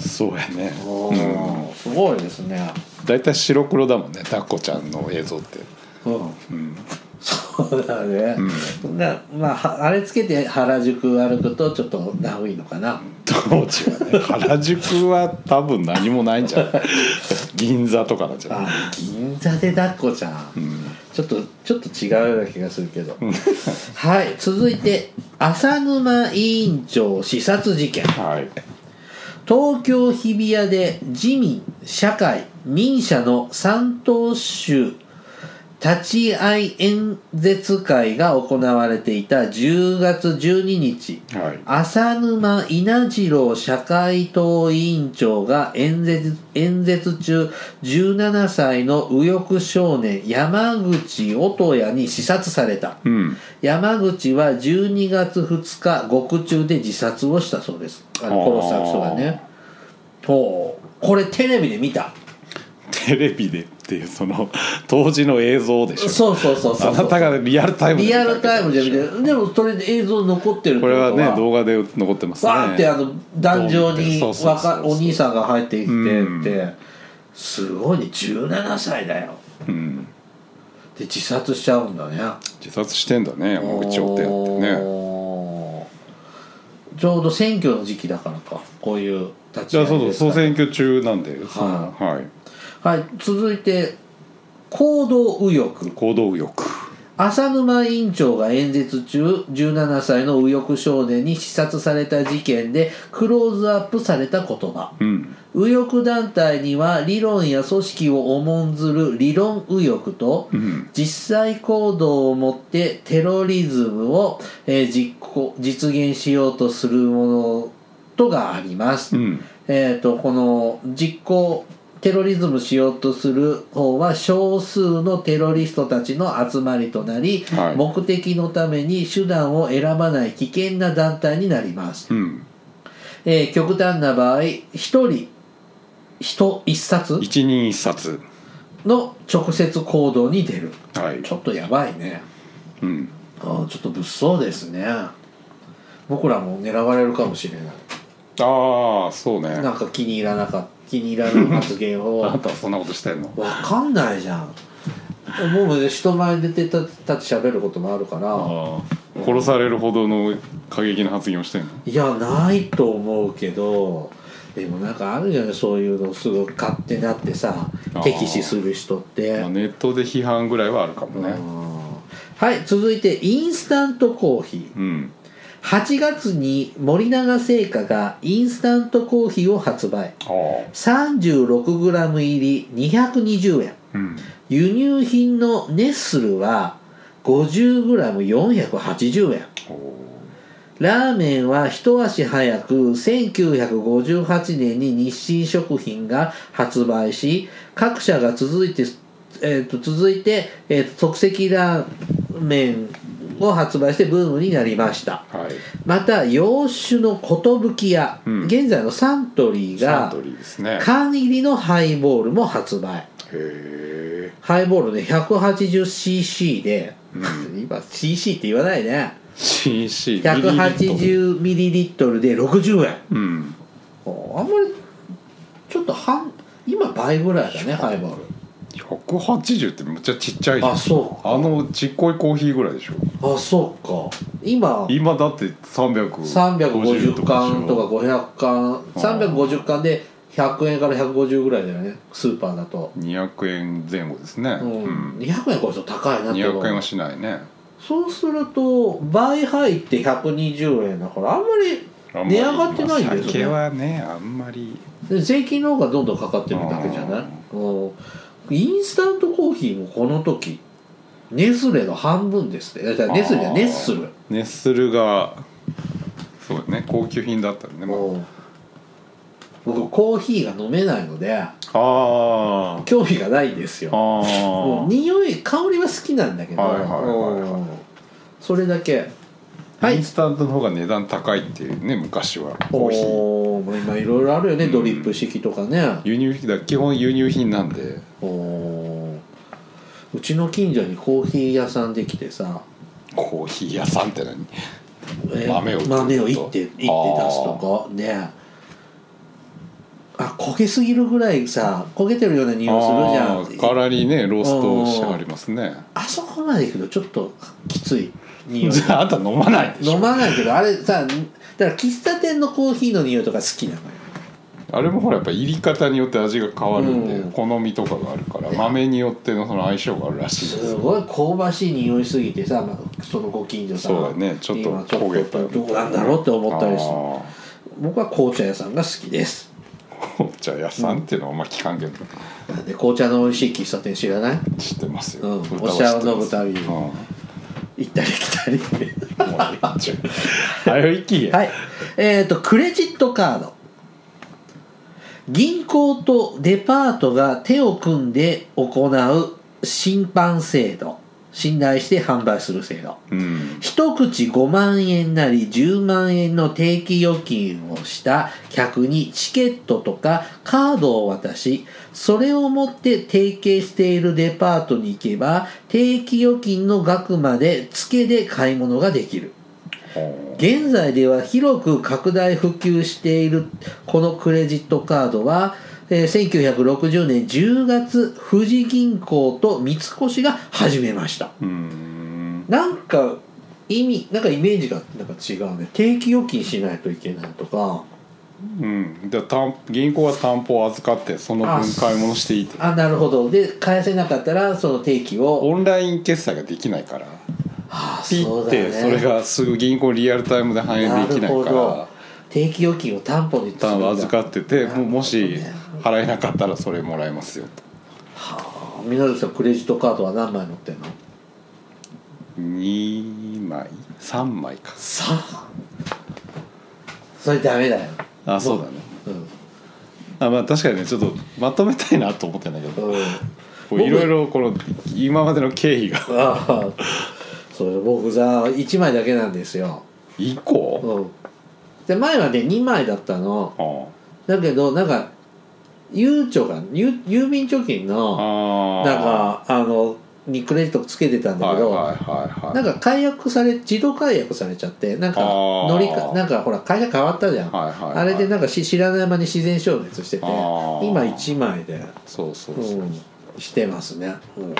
Speaker 2: そうやね
Speaker 1: おーすごいですね
Speaker 2: 大体、白黒だもんねダコちゃんの映像って
Speaker 1: うん
Speaker 2: うん、
Speaker 1: そうだね、なまあはあれつけて原宿歩くとちょっとナウいのかな、
Speaker 2: 当時は ね原宿は多分何もないんじゃない銀座とかなんじゃない
Speaker 1: あ銀座で抱っこじゃん、
Speaker 2: ん
Speaker 1: ちょっとちょっと違うような気がするけどはい続いて浅沼委員長刺殺事件
Speaker 2: はい
Speaker 1: 東京日比谷で自民社会民社の三党州立ち会い演説会が行われていた10月12日
Speaker 2: はい
Speaker 1: 浅沼稲次郎社会党委員長が演説演説中17歳の右翼少年山口音也に刺殺された
Speaker 2: うん
Speaker 1: 山口は12月2日獄中で自殺をしたそうですあの
Speaker 2: あー
Speaker 1: 殺した人がねほうこれテレビで見た
Speaker 2: テレビでっていうその当時の映像でしょ
Speaker 1: そうそうそうそう
Speaker 2: あなたがリアルタイムで見
Speaker 1: リ
Speaker 2: た
Speaker 1: ア
Speaker 2: わけ
Speaker 1: ルタイムで見てでもそれで映像残ってるってと
Speaker 2: これはね動画で残ってますね
Speaker 1: バーンってあの壇上に
Speaker 2: そうそうそう
Speaker 1: 若
Speaker 2: そう
Speaker 1: お兄さんが入ってきてって、
Speaker 2: う
Speaker 1: すごいね17歳だよ
Speaker 2: うん
Speaker 1: で自殺しちゃうんだね
Speaker 2: 自殺してんだね山口お手やってね
Speaker 1: おーちょうど選挙の時期だからかこういう立ち
Speaker 2: じゃ
Speaker 1: 上
Speaker 2: あそうそ
Speaker 1: げ
Speaker 2: う
Speaker 1: ですか
Speaker 2: 総
Speaker 1: ね
Speaker 2: 選挙中なんでそのはい
Speaker 1: はい続いて行動右翼
Speaker 2: 行動欲
Speaker 1: 浅沼委員長が演説中17歳の右翼少年に刺殺された事件でクローズアップされた言葉
Speaker 2: うん
Speaker 1: 右翼団体には理論や組織を重んずる理論右翼と
Speaker 2: うん
Speaker 1: 実際行動をもってテロリズムを、えー実行実現しようとするものとがあります、
Speaker 2: うん
Speaker 1: えー、とこの実行テロリズムしようとする方は少数のテロリストたちの集まりとなり、
Speaker 2: はい
Speaker 1: 目的のために手段を選ばない危険な団体になります
Speaker 2: うん
Speaker 1: えー極端な場合1人人1冊
Speaker 2: 一人一冊
Speaker 1: の直接行動に出る
Speaker 2: はい
Speaker 1: ちょっとやばいね
Speaker 2: うん
Speaker 1: あーちょっと物騒ですね僕らも狙われるかもしれない
Speaker 2: ああそうね
Speaker 1: なんか気に入らなかった気に入らない発言を
Speaker 2: あなたはそんなことしてんの
Speaker 1: わかんないじゃんもうね人前で立って喋ることもあるから
Speaker 2: ああ殺されるほどの過激な発言をしてんの
Speaker 1: いやないと思うけどでもなんかあるよねそういうのすごく勝手になってさ
Speaker 2: あー
Speaker 1: 敵視する人って
Speaker 2: まあネットで批判ぐらいはあるかもね
Speaker 1: はい続いてインスタントコーヒー
Speaker 2: うん
Speaker 1: 8月に森永製菓がインスタントコーヒーを発売
Speaker 2: ああ
Speaker 1: 36g 入り220円
Speaker 2: うん
Speaker 1: 輸入品のネッスルは 50g480 円
Speaker 2: おー
Speaker 1: ラーメンは一足早く1958年に日清食品が発売し各社が続いて、えーと続いて、えーと即席ラーメンを発売してブームになりました
Speaker 2: はい
Speaker 1: また洋酒の寿屋、
Speaker 2: うん
Speaker 1: 現在のサントリー
Speaker 2: サ
Speaker 1: が
Speaker 2: ントリーですね
Speaker 1: 缶入りのハイボールも発売
Speaker 2: へえ
Speaker 1: ハイボールね 180cc で、今 cc って言わないね
Speaker 2: CC
Speaker 1: 180ミリリットルで60円
Speaker 2: うん
Speaker 1: あんまりちょっと半今倍ぐらいだねハイボール
Speaker 2: 180ってむっちゃちっちゃいじゃん
Speaker 1: あそう
Speaker 2: あのちっこいコーヒーぐらいでしょ
Speaker 1: あそうか今
Speaker 2: 今だって
Speaker 1: 350
Speaker 2: 350とか
Speaker 1: 缶とか500缶350缶で100円から150ぐらいだよねスーパーだと、
Speaker 2: 200円前後ですね、う
Speaker 1: うん
Speaker 2: ん
Speaker 1: 200円超えると高いなって思
Speaker 2: 200円は
Speaker 1: う
Speaker 2: しないね
Speaker 1: そうすると倍入って120円だからあんま
Speaker 2: あんま
Speaker 1: り
Speaker 2: り
Speaker 1: 値上がってないんですよね
Speaker 2: まあ酒はねあんまり
Speaker 1: で税金の方がどんどんかかってるだけじゃないうんインスタントコーヒーもこの時ネスレの半分ですってだからネスレじゃ
Speaker 2: あー
Speaker 1: ネッスル
Speaker 2: ネッスルがそうだね高級品だったらね、まあ
Speaker 1: うん僕コーヒーが飲めないので
Speaker 2: あー
Speaker 1: 興味がないんですよ
Speaker 2: あ
Speaker 1: もう
Speaker 2: ー
Speaker 1: 匂い香りは好きなんだけど、
Speaker 2: はいはいはいはい
Speaker 1: うんそれだけはい
Speaker 2: インスタントの方が値段高いっていうね昔はコーヒー
Speaker 1: おー今いろいろあるよね、
Speaker 2: うん
Speaker 1: ドリップ式とかね
Speaker 2: 輸入品だ基本輸入品なんで
Speaker 1: おーうちの近所にコーヒー屋さんできてさ
Speaker 2: コーヒー屋さんって何
Speaker 1: え
Speaker 2: 豆を売ってる
Speaker 1: 豆をいっていって出すとかねあ焦げすぎるぐらいさ焦げてるような匂いするじゃ
Speaker 2: あ
Speaker 1: ん
Speaker 2: ー柄にねローストしてありますね
Speaker 1: あそこまで行くとちょっときつい匂い
Speaker 2: じゃああんた飲まないでしょ
Speaker 1: 飲まないけどあれさだから喫茶店のコーヒーの匂いとか好きなのよ
Speaker 2: あれもほらやっぱ入り方によって味が変わるんで、
Speaker 1: うん
Speaker 2: 好みとかがあるから豆によってのその相性があるらしいです
Speaker 1: すごい香ばしい匂いすぎてさ、まあ、そのご近所さん
Speaker 2: そうだねちょっと
Speaker 1: 今ちょ
Speaker 2: 焦げた
Speaker 1: っとどうなんだろうって思ったりして
Speaker 2: あ
Speaker 1: 僕は紅茶屋さんが好きです
Speaker 2: ー 紅茶屋さんっていうのはあんま聞かんけど、
Speaker 1: なんで紅茶の美味しい喫茶店知らない
Speaker 2: 知ってますよ、
Speaker 1: うん
Speaker 2: 歌は
Speaker 1: お茶を飲むたびに
Speaker 2: 知ってます
Speaker 1: 行ったり来たり
Speaker 2: うんもう一応早いき
Speaker 1: はいえっ、とクレジットカード銀行とデパートが手を組んで行う審判制度信頼して販売する制度
Speaker 2: うん
Speaker 1: 一口5万円なり10万円の定期預金をした客にチケットとかカードを渡し、それを持って提携しているデパートに行けば、定期預金の額まで付けで買い物ができる。
Speaker 2: ほ
Speaker 1: 現在では広く拡大普及しているこのクレジットカードは、えー1960年10月、富士銀行と三越が始めました。
Speaker 2: ううん
Speaker 1: なんか意味なんかイメージがなんか違うね定期預金しないといけないとか
Speaker 2: うんで担銀行は担保を預かってその分買い物していいと
Speaker 1: あなるほどで返せなかったらその定期を
Speaker 2: オンライン決済ができないから
Speaker 1: あ
Speaker 2: ピッてそれがすぐ銀行リアルタイムで反映できない
Speaker 1: なるほ
Speaker 2: から
Speaker 1: ど定期預金を担保にするんだ
Speaker 2: 単を預かって
Speaker 1: な
Speaker 2: て
Speaker 1: るほ
Speaker 2: も
Speaker 1: どね
Speaker 2: もし払えなかったらそれもらえますよと
Speaker 1: はあみのるさんクレジットカードは何枚持ってんの
Speaker 2: 2枚3枚か
Speaker 1: さあそれダメだよ
Speaker 2: あそうだね
Speaker 1: うん
Speaker 2: あまあ確かにねちょっとまとめたいなと思ってんだけど
Speaker 1: うん
Speaker 2: こういろいろこの今までの経費が
Speaker 1: ああそれ僕さ1枚だけなんですよ
Speaker 2: 以降
Speaker 1: うんで前はね2枚だったの
Speaker 2: あ
Speaker 1: だけどなんかゆうちょがゆ郵便貯金
Speaker 2: あ
Speaker 1: の
Speaker 2: ー
Speaker 1: なんかあのにクレジットつけてたんだ
Speaker 2: はい
Speaker 1: けど、
Speaker 2: はいはいはい
Speaker 1: なんか解約され自動解約されちゃってなんか
Speaker 2: あー
Speaker 1: 乗りかなんかほら会社変わったじゃん、
Speaker 2: はいはいはい
Speaker 1: あれでなんかし知らない間に自然消滅してて
Speaker 2: あー
Speaker 1: 今1枚で、
Speaker 2: そうそう
Speaker 1: う
Speaker 2: そう、
Speaker 1: ん、してますね、うん、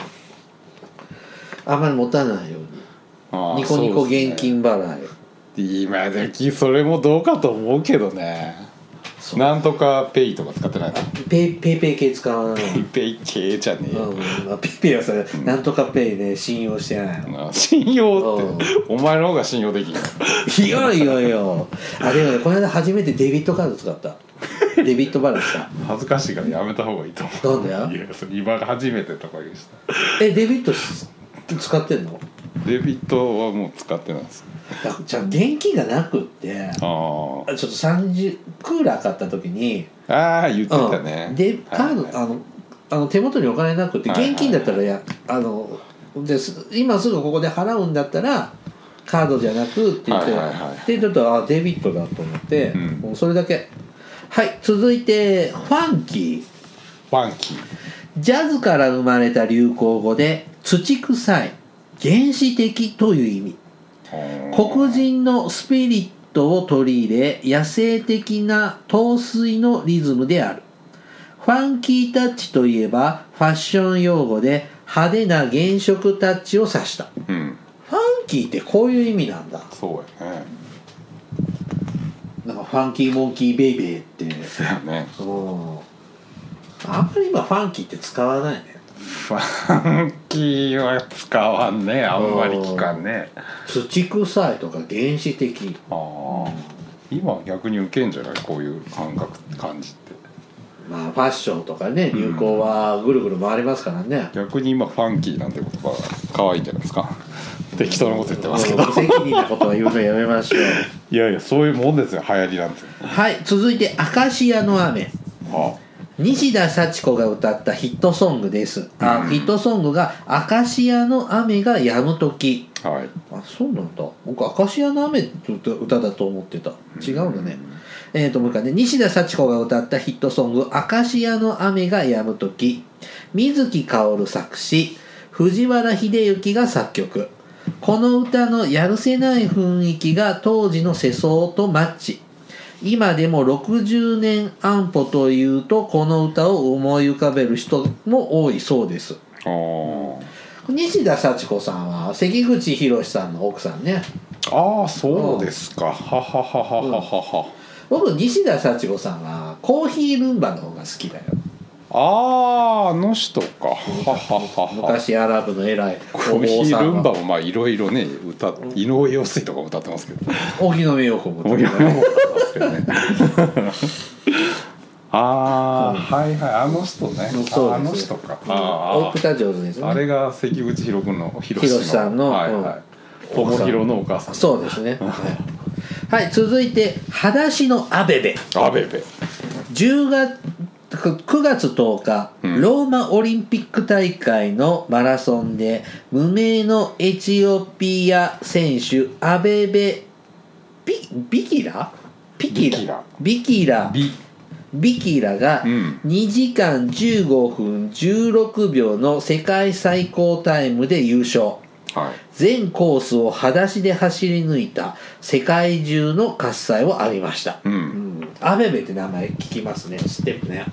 Speaker 1: あんまり持たないように
Speaker 2: あー
Speaker 1: ニコニコ
Speaker 2: そうですね
Speaker 1: 現金払い、
Speaker 2: 今時それもどうかと思うけどね
Speaker 1: そう
Speaker 2: なんとかペイとか使ってないの
Speaker 1: ペイペイペイ系使わない
Speaker 2: ペイペイ系じゃねえよ、
Speaker 1: うんまあ、ペイペイはさ、なんとかペイね信用してないの
Speaker 2: な信用ってお前の方が信用できん
Speaker 1: いやいやいやあでもねこの間初めてデビットカード使 ったデビット払いした
Speaker 2: 恥ずかしいからやめた方がいいと思う
Speaker 1: なんで
Speaker 2: いやそれ今が初めてとか言うし
Speaker 1: えデビットし使ってんの
Speaker 2: デビットはもう使ってないです
Speaker 1: あじゃあ現金がなくって
Speaker 2: あ
Speaker 1: ちょっと30クーラー買った時に、
Speaker 2: ーあー言ってた
Speaker 1: う
Speaker 2: ね
Speaker 1: んで
Speaker 2: は
Speaker 1: カー
Speaker 2: い
Speaker 1: ド、あのあの手元にお金なくって
Speaker 2: はいはい
Speaker 1: 現金だったらや、あのです今すぐここで払うんだったらカードじゃなくって言って、
Speaker 2: はいはいはい
Speaker 1: でちょっとあデビットだと思って、
Speaker 2: うん
Speaker 1: もうそれだけはい続いてファンキー
Speaker 2: ファンキー
Speaker 1: ジャズから生まれた流行語で土臭い原始的という意味黒人のスピリットを取り入れ野生的な陶酔のリズムであるファンキータッチといえばファッション用語で派手な原色タッチを指した
Speaker 2: うん
Speaker 1: ファンキーってこういう意味なんだ
Speaker 2: そうやね
Speaker 1: なんかファンキーモンキーベイベーって
Speaker 2: そうやね
Speaker 1: うんあんまり今ファンキーって使わないね
Speaker 2: ファンキーは使わんねあんまり聞かんね
Speaker 1: 土臭いとか原始的
Speaker 2: ああ今逆にウケんじゃないこういう感覚感じって
Speaker 1: まあファッションとかね流行はぐるぐる回りますからね、
Speaker 2: 逆に今ファンキーなんて言葉が可愛いんじゃないです か適当なこと言って
Speaker 1: うん、
Speaker 2: ますけ
Speaker 1: 無
Speaker 2: ど
Speaker 1: 責任なことは言うのやめましょう
Speaker 2: いやいやそういうもんですよ流行りなんて
Speaker 1: はい続いて「アカシアの雨」
Speaker 2: あ
Speaker 1: 西田幸子が歌ったヒットソングです、あ
Speaker 2: うん
Speaker 1: ヒットソングが「アカシアの雨が止む時
Speaker 2: あはい」
Speaker 1: あそうなんだ僕「アカシアの雨」って歌歌だと思ってた違うんだね、えー、ともう一回ね西田幸子が歌ったヒットソング「アカシアの雨が止む時」水木かおる作詞藤原秀幸が作曲この歌のやるせない雰囲気が当時の世相とマッチ今でも60年安保というとこの歌を思い浮かべる人も多いそうです
Speaker 2: あー
Speaker 1: 西田幸子さんは関口宏さんの奥さんね
Speaker 2: あーそうですかははははははは
Speaker 1: 僕西田幸子さんはコーヒールンバの方が好きだよ
Speaker 2: あああの人かはははは
Speaker 1: 昔アラブの偉い
Speaker 2: コーヒールンバ
Speaker 1: は
Speaker 2: もまあいろいろね歌っ井上陽水とかも歌ってますけど
Speaker 1: 荻野目洋子も
Speaker 2: もうやめようですけどね ああはいはいあの人ね
Speaker 1: そう
Speaker 2: ああの
Speaker 1: です
Speaker 2: 人か
Speaker 1: 大
Speaker 2: あー
Speaker 1: 歌上手ですね
Speaker 2: あれが関口博君の博
Speaker 1: 博さんの
Speaker 2: はいはい友博のお母さん
Speaker 1: そうですねはい、はい、続いて「裸足のアベベ」
Speaker 2: あべべ
Speaker 1: 10月く9月10日、
Speaker 2: うん
Speaker 1: ローマオリンピック大会のマラソンで無名のエチオピア選手アベベビビキラピキラビキラ
Speaker 2: び
Speaker 1: ビキラが
Speaker 2: うん
Speaker 1: 2時間15分16秒の世界最高タイムで優勝
Speaker 2: はい
Speaker 1: 全コースを裸足で走り抜いた世界中の喝采を浴びました、
Speaker 2: う
Speaker 1: うんん、アベベって名前聞きますね知ってるね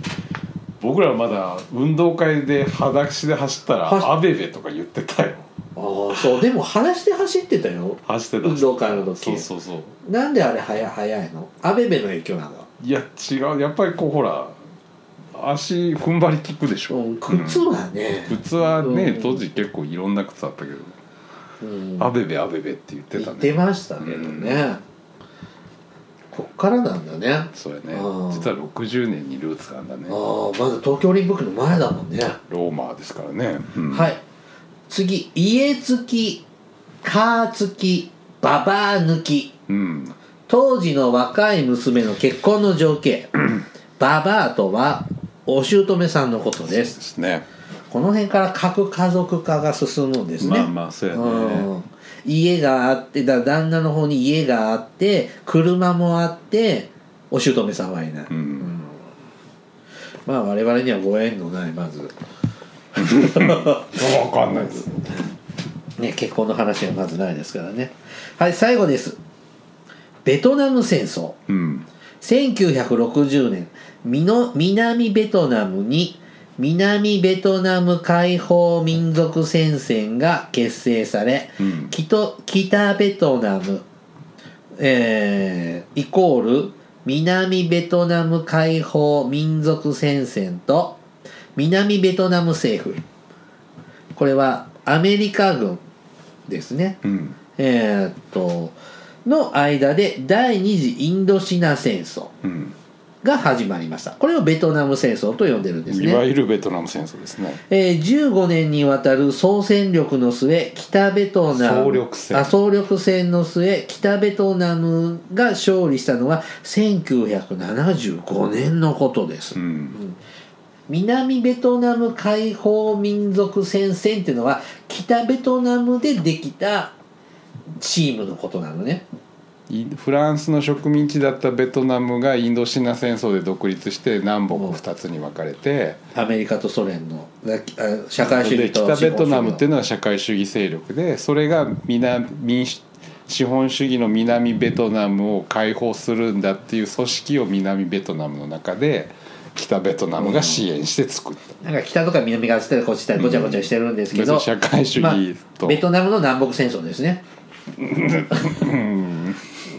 Speaker 2: 僕らはまだ運動会で裸足で走った
Speaker 1: 走っ
Speaker 2: ら「あべべ」とか言ってたよ
Speaker 1: ああそうでも裸足で走ってたよ
Speaker 2: 走ってた
Speaker 1: 運動会の
Speaker 2: そ
Speaker 1: 時
Speaker 2: うそうそう
Speaker 1: なんであれ早い早いのアベベの影響なんだ
Speaker 2: いや違うやっぱりこうほら足踏ん張り効くでしょ、
Speaker 1: うん靴
Speaker 2: うん
Speaker 1: はね、
Speaker 2: 靴はね
Speaker 1: うん
Speaker 2: 当時結構いろんな靴あったけど
Speaker 1: うん
Speaker 2: 「アベベアベベ」って言って
Speaker 1: 言
Speaker 2: た
Speaker 1: って
Speaker 2: ね
Speaker 1: ましたけどね、こっからなんだね
Speaker 2: そうやね
Speaker 1: うん
Speaker 2: 実は60年にルーツがあんだね
Speaker 1: ああまだ東京オリンピックの前だもんね、
Speaker 2: ローマですからね、うん
Speaker 1: はい次家付きカー付きババア抜き
Speaker 2: うん
Speaker 1: 当時の若い娘の結婚の条 件ババアとはお姑さんのことで
Speaker 2: ですすね
Speaker 1: この辺から核家族化が進むんですね
Speaker 2: まあまあそうやね、
Speaker 1: うん家があってだ旦那の方に家があって車もあってお姑さんはいない、
Speaker 2: うん
Speaker 1: まあ我々にはご縁のないまず
Speaker 2: 分かんないです
Speaker 1: ね、結婚の話はまずないですからねはい最後ですベトナム戦争
Speaker 2: うん
Speaker 1: 1960年みの南ベトナムに南ベトナム解放民族戦線が結成され、
Speaker 2: うん
Speaker 1: 北北ベトナム、えーイコール南ベトナム解放民族戦線と南ベトナム政府これはアメリカ軍ですね
Speaker 2: うん
Speaker 1: えーっとの間で第二次インドシナ戦争
Speaker 2: うん
Speaker 1: が始まりましたこれをベトナム戦争と呼んでるんです
Speaker 2: いわ
Speaker 1: ね、
Speaker 2: ゆるベトナム戦争ですね
Speaker 1: えー15年にわたる総戦力の末北ベトナム
Speaker 2: 総力戦
Speaker 1: あ総力戦の末北ベトナムが勝利したのは1975年のことです、
Speaker 2: うん
Speaker 1: 南ベトナム解放民族戦線っていうのは北ベトナムでできたチームのことなのね
Speaker 2: いフランスの植民地だったベトナムがインドシナ戦争で独立して南北2つに分かれて、
Speaker 1: アメリカとソ連のだあ社会主
Speaker 2: で
Speaker 1: 義と
Speaker 2: 北ベトナムっていう
Speaker 1: の
Speaker 2: のは社会主義勢力でそれが南民主資本主義の南ベトナムを解放するんだっていう組織を南ベトナムの中で北ベトナムが支援して作った、
Speaker 1: なんか北とか南があってこっちだごちゃごちゃしてるんですけ
Speaker 2: 別
Speaker 1: ど、
Speaker 2: に社会主
Speaker 1: まあ
Speaker 2: 義と、
Speaker 1: ベトナムの南北戦争ですね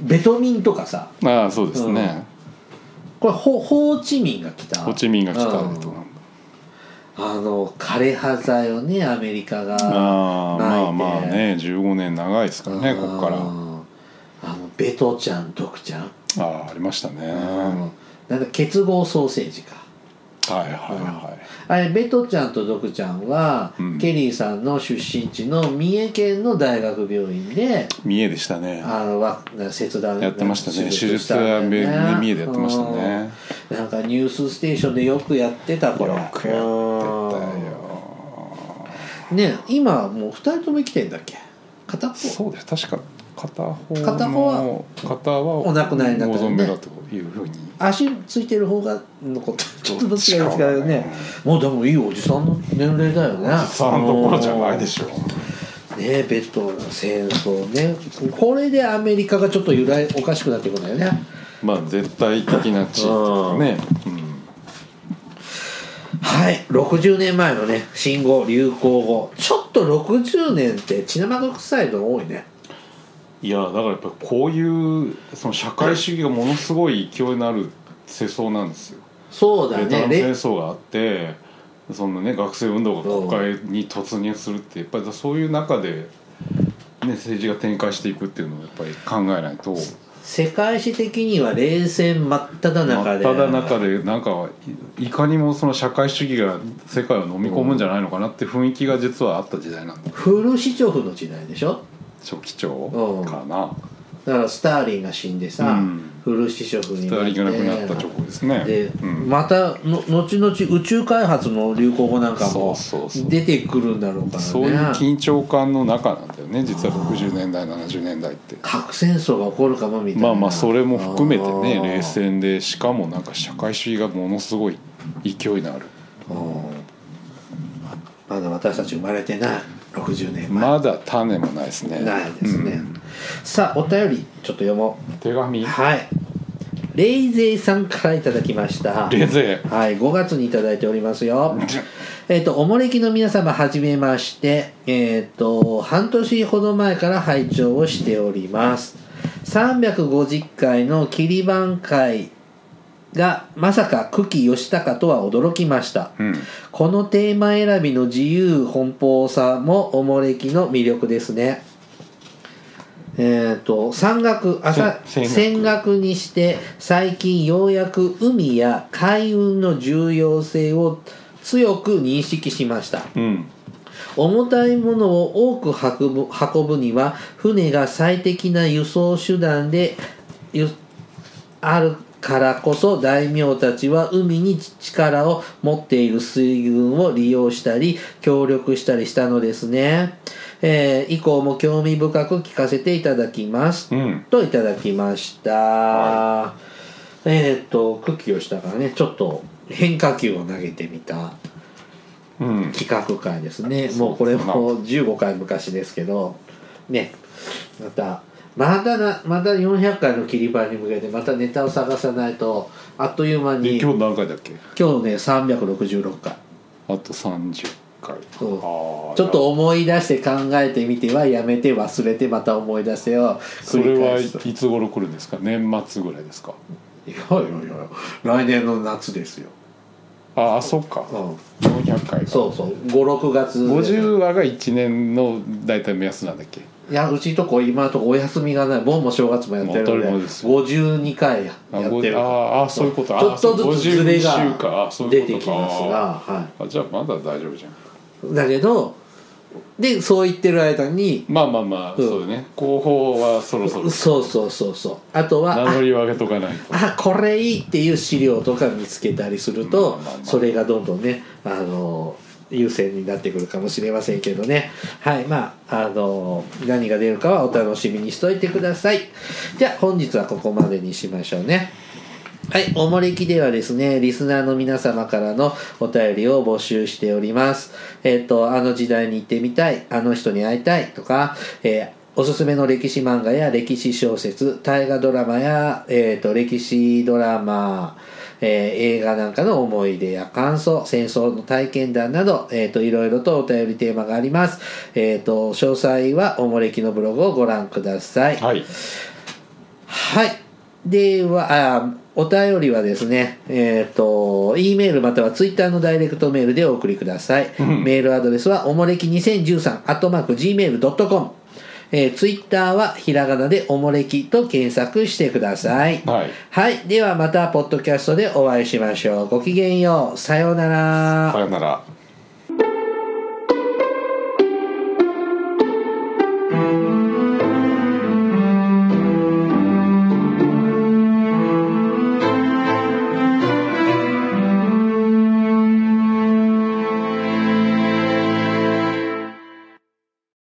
Speaker 1: ベトミンとかさ
Speaker 2: ああそうですね、
Speaker 1: これホホーチミンが来た
Speaker 2: ホーチミンが来た
Speaker 1: う
Speaker 2: ベ
Speaker 1: ん
Speaker 2: トナム
Speaker 1: あの枯れ葉剤をねアメリカが
Speaker 2: ああまあまあ
Speaker 1: 巻いて
Speaker 2: ね15年長いですからねここから
Speaker 1: う
Speaker 2: あ
Speaker 1: んあのベトちゃん徳ちゃん、
Speaker 2: あありましたね、
Speaker 1: うんなんか結合ソーセージか
Speaker 2: はいはいはい
Speaker 1: あれベトちゃんと徳ちゃんは、
Speaker 2: うん
Speaker 1: ケリーさんの出身地の三重県の大学病院で
Speaker 2: 三重でしたね
Speaker 1: あのわ切断
Speaker 2: やってましたね手
Speaker 1: し
Speaker 2: 術
Speaker 1: たんだよ
Speaker 2: は
Speaker 1: ね
Speaker 2: 三重でやってましたね
Speaker 1: うんなんかニュースステーションでよくやってたこ
Speaker 2: よ
Speaker 1: れ
Speaker 2: くやってたよ
Speaker 1: うんね今もう2人とも生きてんだっけ片方
Speaker 2: そうです確か片方の
Speaker 1: 片方は
Speaker 2: 片は
Speaker 1: お亡くなりになった
Speaker 2: ご
Speaker 1: よね
Speaker 2: 存命だというふうに
Speaker 1: 足ついてる方が残ってちょっとどっちがいいですか
Speaker 2: どっちか
Speaker 1: ね
Speaker 2: はね
Speaker 1: もうでもいいおじさんの年齢だよね
Speaker 2: さんどころじゃないでしょう
Speaker 1: ょねベトナム戦争ねこれでアメリカがちょっと由来おかしくなってくるんだよね
Speaker 2: まあ絶対的な地位とかね、うん
Speaker 1: はい60年前のね新語流行語ちょっと60年って血生臭いの多いね
Speaker 2: いやだからやっぱりこういうその社会主義がものすごい勢いのある世相なんですよ
Speaker 1: そうだ
Speaker 2: ベト
Speaker 1: ね
Speaker 2: ナム戦
Speaker 1: れ
Speaker 2: 争があってそのね学生運動が国会に突入するってやっぱりそういう中で、ね、政治が展開していくっていうのをやっぱり考えないと
Speaker 1: 世界史的には冷戦真っ只
Speaker 2: 真
Speaker 1: 中
Speaker 2: っ
Speaker 1: で
Speaker 2: ただ中でなんかいいかにもその社会主義が世界を飲み込むんじゃないのかなって雰囲気が実はあった時代なんだ
Speaker 1: フルシチョフの時代でしょ
Speaker 2: 初期長かな
Speaker 1: だからスターリンが死んでさ、
Speaker 2: うん
Speaker 1: フルシチョフに
Speaker 2: 二人が亡くなった直後ですね。
Speaker 1: で、
Speaker 2: うん
Speaker 1: またの後々宇宙開発の流行語なんかも
Speaker 2: そうそうそう
Speaker 1: 出てくるんだろうからね
Speaker 2: そういう緊張感の中なんだよね実は60年代70年代って
Speaker 1: 核戦争が起こるかもみたいな
Speaker 2: まあまあそれも含めてね
Speaker 1: あー
Speaker 2: 冷戦でしかもなんか社会主義がものすごい勢いのある
Speaker 1: まだ私たち生まれてない60年前、
Speaker 2: まだ種もないですね
Speaker 1: ないですね、
Speaker 2: うん
Speaker 1: さあお便りちょっと読も
Speaker 2: 手紙
Speaker 1: うはいレイゼイさんからいただきました
Speaker 2: レゼ
Speaker 1: はい、5月にいただいております よ。えっと、おもれきの皆様、はじめまして。えっと、半年ほど前から拝聴をしております。350回の切り番会が、まさか久喜義高とは驚きました。
Speaker 2: うん
Speaker 1: このテーマ選びの自由奔放さもおもれきの魅力ですね。えっ、と山岳朝
Speaker 2: せ
Speaker 1: 戦
Speaker 2: 戦
Speaker 1: 学にして最近ようやく海や海運の重要性を強く認識しました。
Speaker 2: うん
Speaker 1: 重たいものを多く運ぶ運ぶには船が最適な輸送手段でゆあるからこそ大名たちは海に力を持っている水軍を利用したり協力したりしたのですね、えー以降も興味深く聞かせていただきます
Speaker 2: うん
Speaker 1: といただきました、えーっとクッキーをしたからねちょっと変化球を投げてみた
Speaker 2: うん
Speaker 1: 企画会ですね
Speaker 2: そう
Speaker 1: もうこれ
Speaker 2: そうな
Speaker 1: も15回昔ですけどねまたまたなまた400回の切り番に向けてまたネタを探さないとあっという間
Speaker 2: で
Speaker 1: に
Speaker 2: 今
Speaker 1: 今
Speaker 2: 日何回だっけ
Speaker 1: 日ね366回
Speaker 2: あと30回
Speaker 1: そう
Speaker 2: ああ
Speaker 1: ちょっと思い出して考えてみてはやめて忘れてまた思い出してを
Speaker 2: そ
Speaker 1: 繰
Speaker 2: れ
Speaker 1: り
Speaker 2: は
Speaker 1: 返す
Speaker 2: いつ頃来るんですか年末ぐらいですか
Speaker 1: いやいやいや来年の夏ですよ、
Speaker 2: ああそっか
Speaker 1: うん、
Speaker 2: 400回か
Speaker 1: そうそう56月
Speaker 2: 50話が1年の大体目安なんだっけ
Speaker 1: いやうちとこ今のとこお休みがない盆も正月もやってる
Speaker 2: 当たり
Speaker 1: の
Speaker 2: 前
Speaker 1: で
Speaker 2: ですよ
Speaker 1: 52回や
Speaker 2: あ
Speaker 1: や
Speaker 2: ご
Speaker 1: ってる
Speaker 2: ああそういうこと
Speaker 1: ちょっとずつズレが出てきます
Speaker 2: が
Speaker 1: が、は
Speaker 2: あじゃあまだ大丈夫じゃん
Speaker 1: い、だけどでそう言ってる間に
Speaker 2: まあまあまあ、
Speaker 1: うん
Speaker 2: そうだね後方はそろそ ろ
Speaker 1: そうそうそうそうあとは
Speaker 2: 名乗
Speaker 1: あ
Speaker 2: りを上げとかないと
Speaker 1: あこれいいっていう資料とか見つけたりすると
Speaker 2: まあまあまあ
Speaker 1: それがどんどんねあの優先になってくるかもしれませんけどねはいまああの何が出るかはお楽しみにしといてくださいじゃあ本日はここまでにしましょうねはい、おもれきではですね、リスナーの皆様からのお便りを募集しております。えっ、と、あの時代に行ってみたい、あの人に会いたいとか、えーおすすめの歴史漫画や歴史小説、大河ドラマや、えっ、と、歴史ドラマ、えー映画なんかの思い出や感想、戦争の体験談など、えっ、と、いろいろとお便りテーマがあります。えっ、と、詳細はおもれきのブログをご覧ください。はい。
Speaker 2: はい
Speaker 1: では、あーお便りはですね、えっ、と、E メールまたは Twitter のダイレクトメールでお送りください。
Speaker 2: うん
Speaker 1: メールアドレスはおもれき2013、アットマーク Gmail.com。えー、ツイッターはひらがなでおもれきと検索してください。
Speaker 2: はい
Speaker 1: はい。ではまた、ポッドキャストでお会いしましょう。ごきげんよう。さようなら
Speaker 2: さ。よなら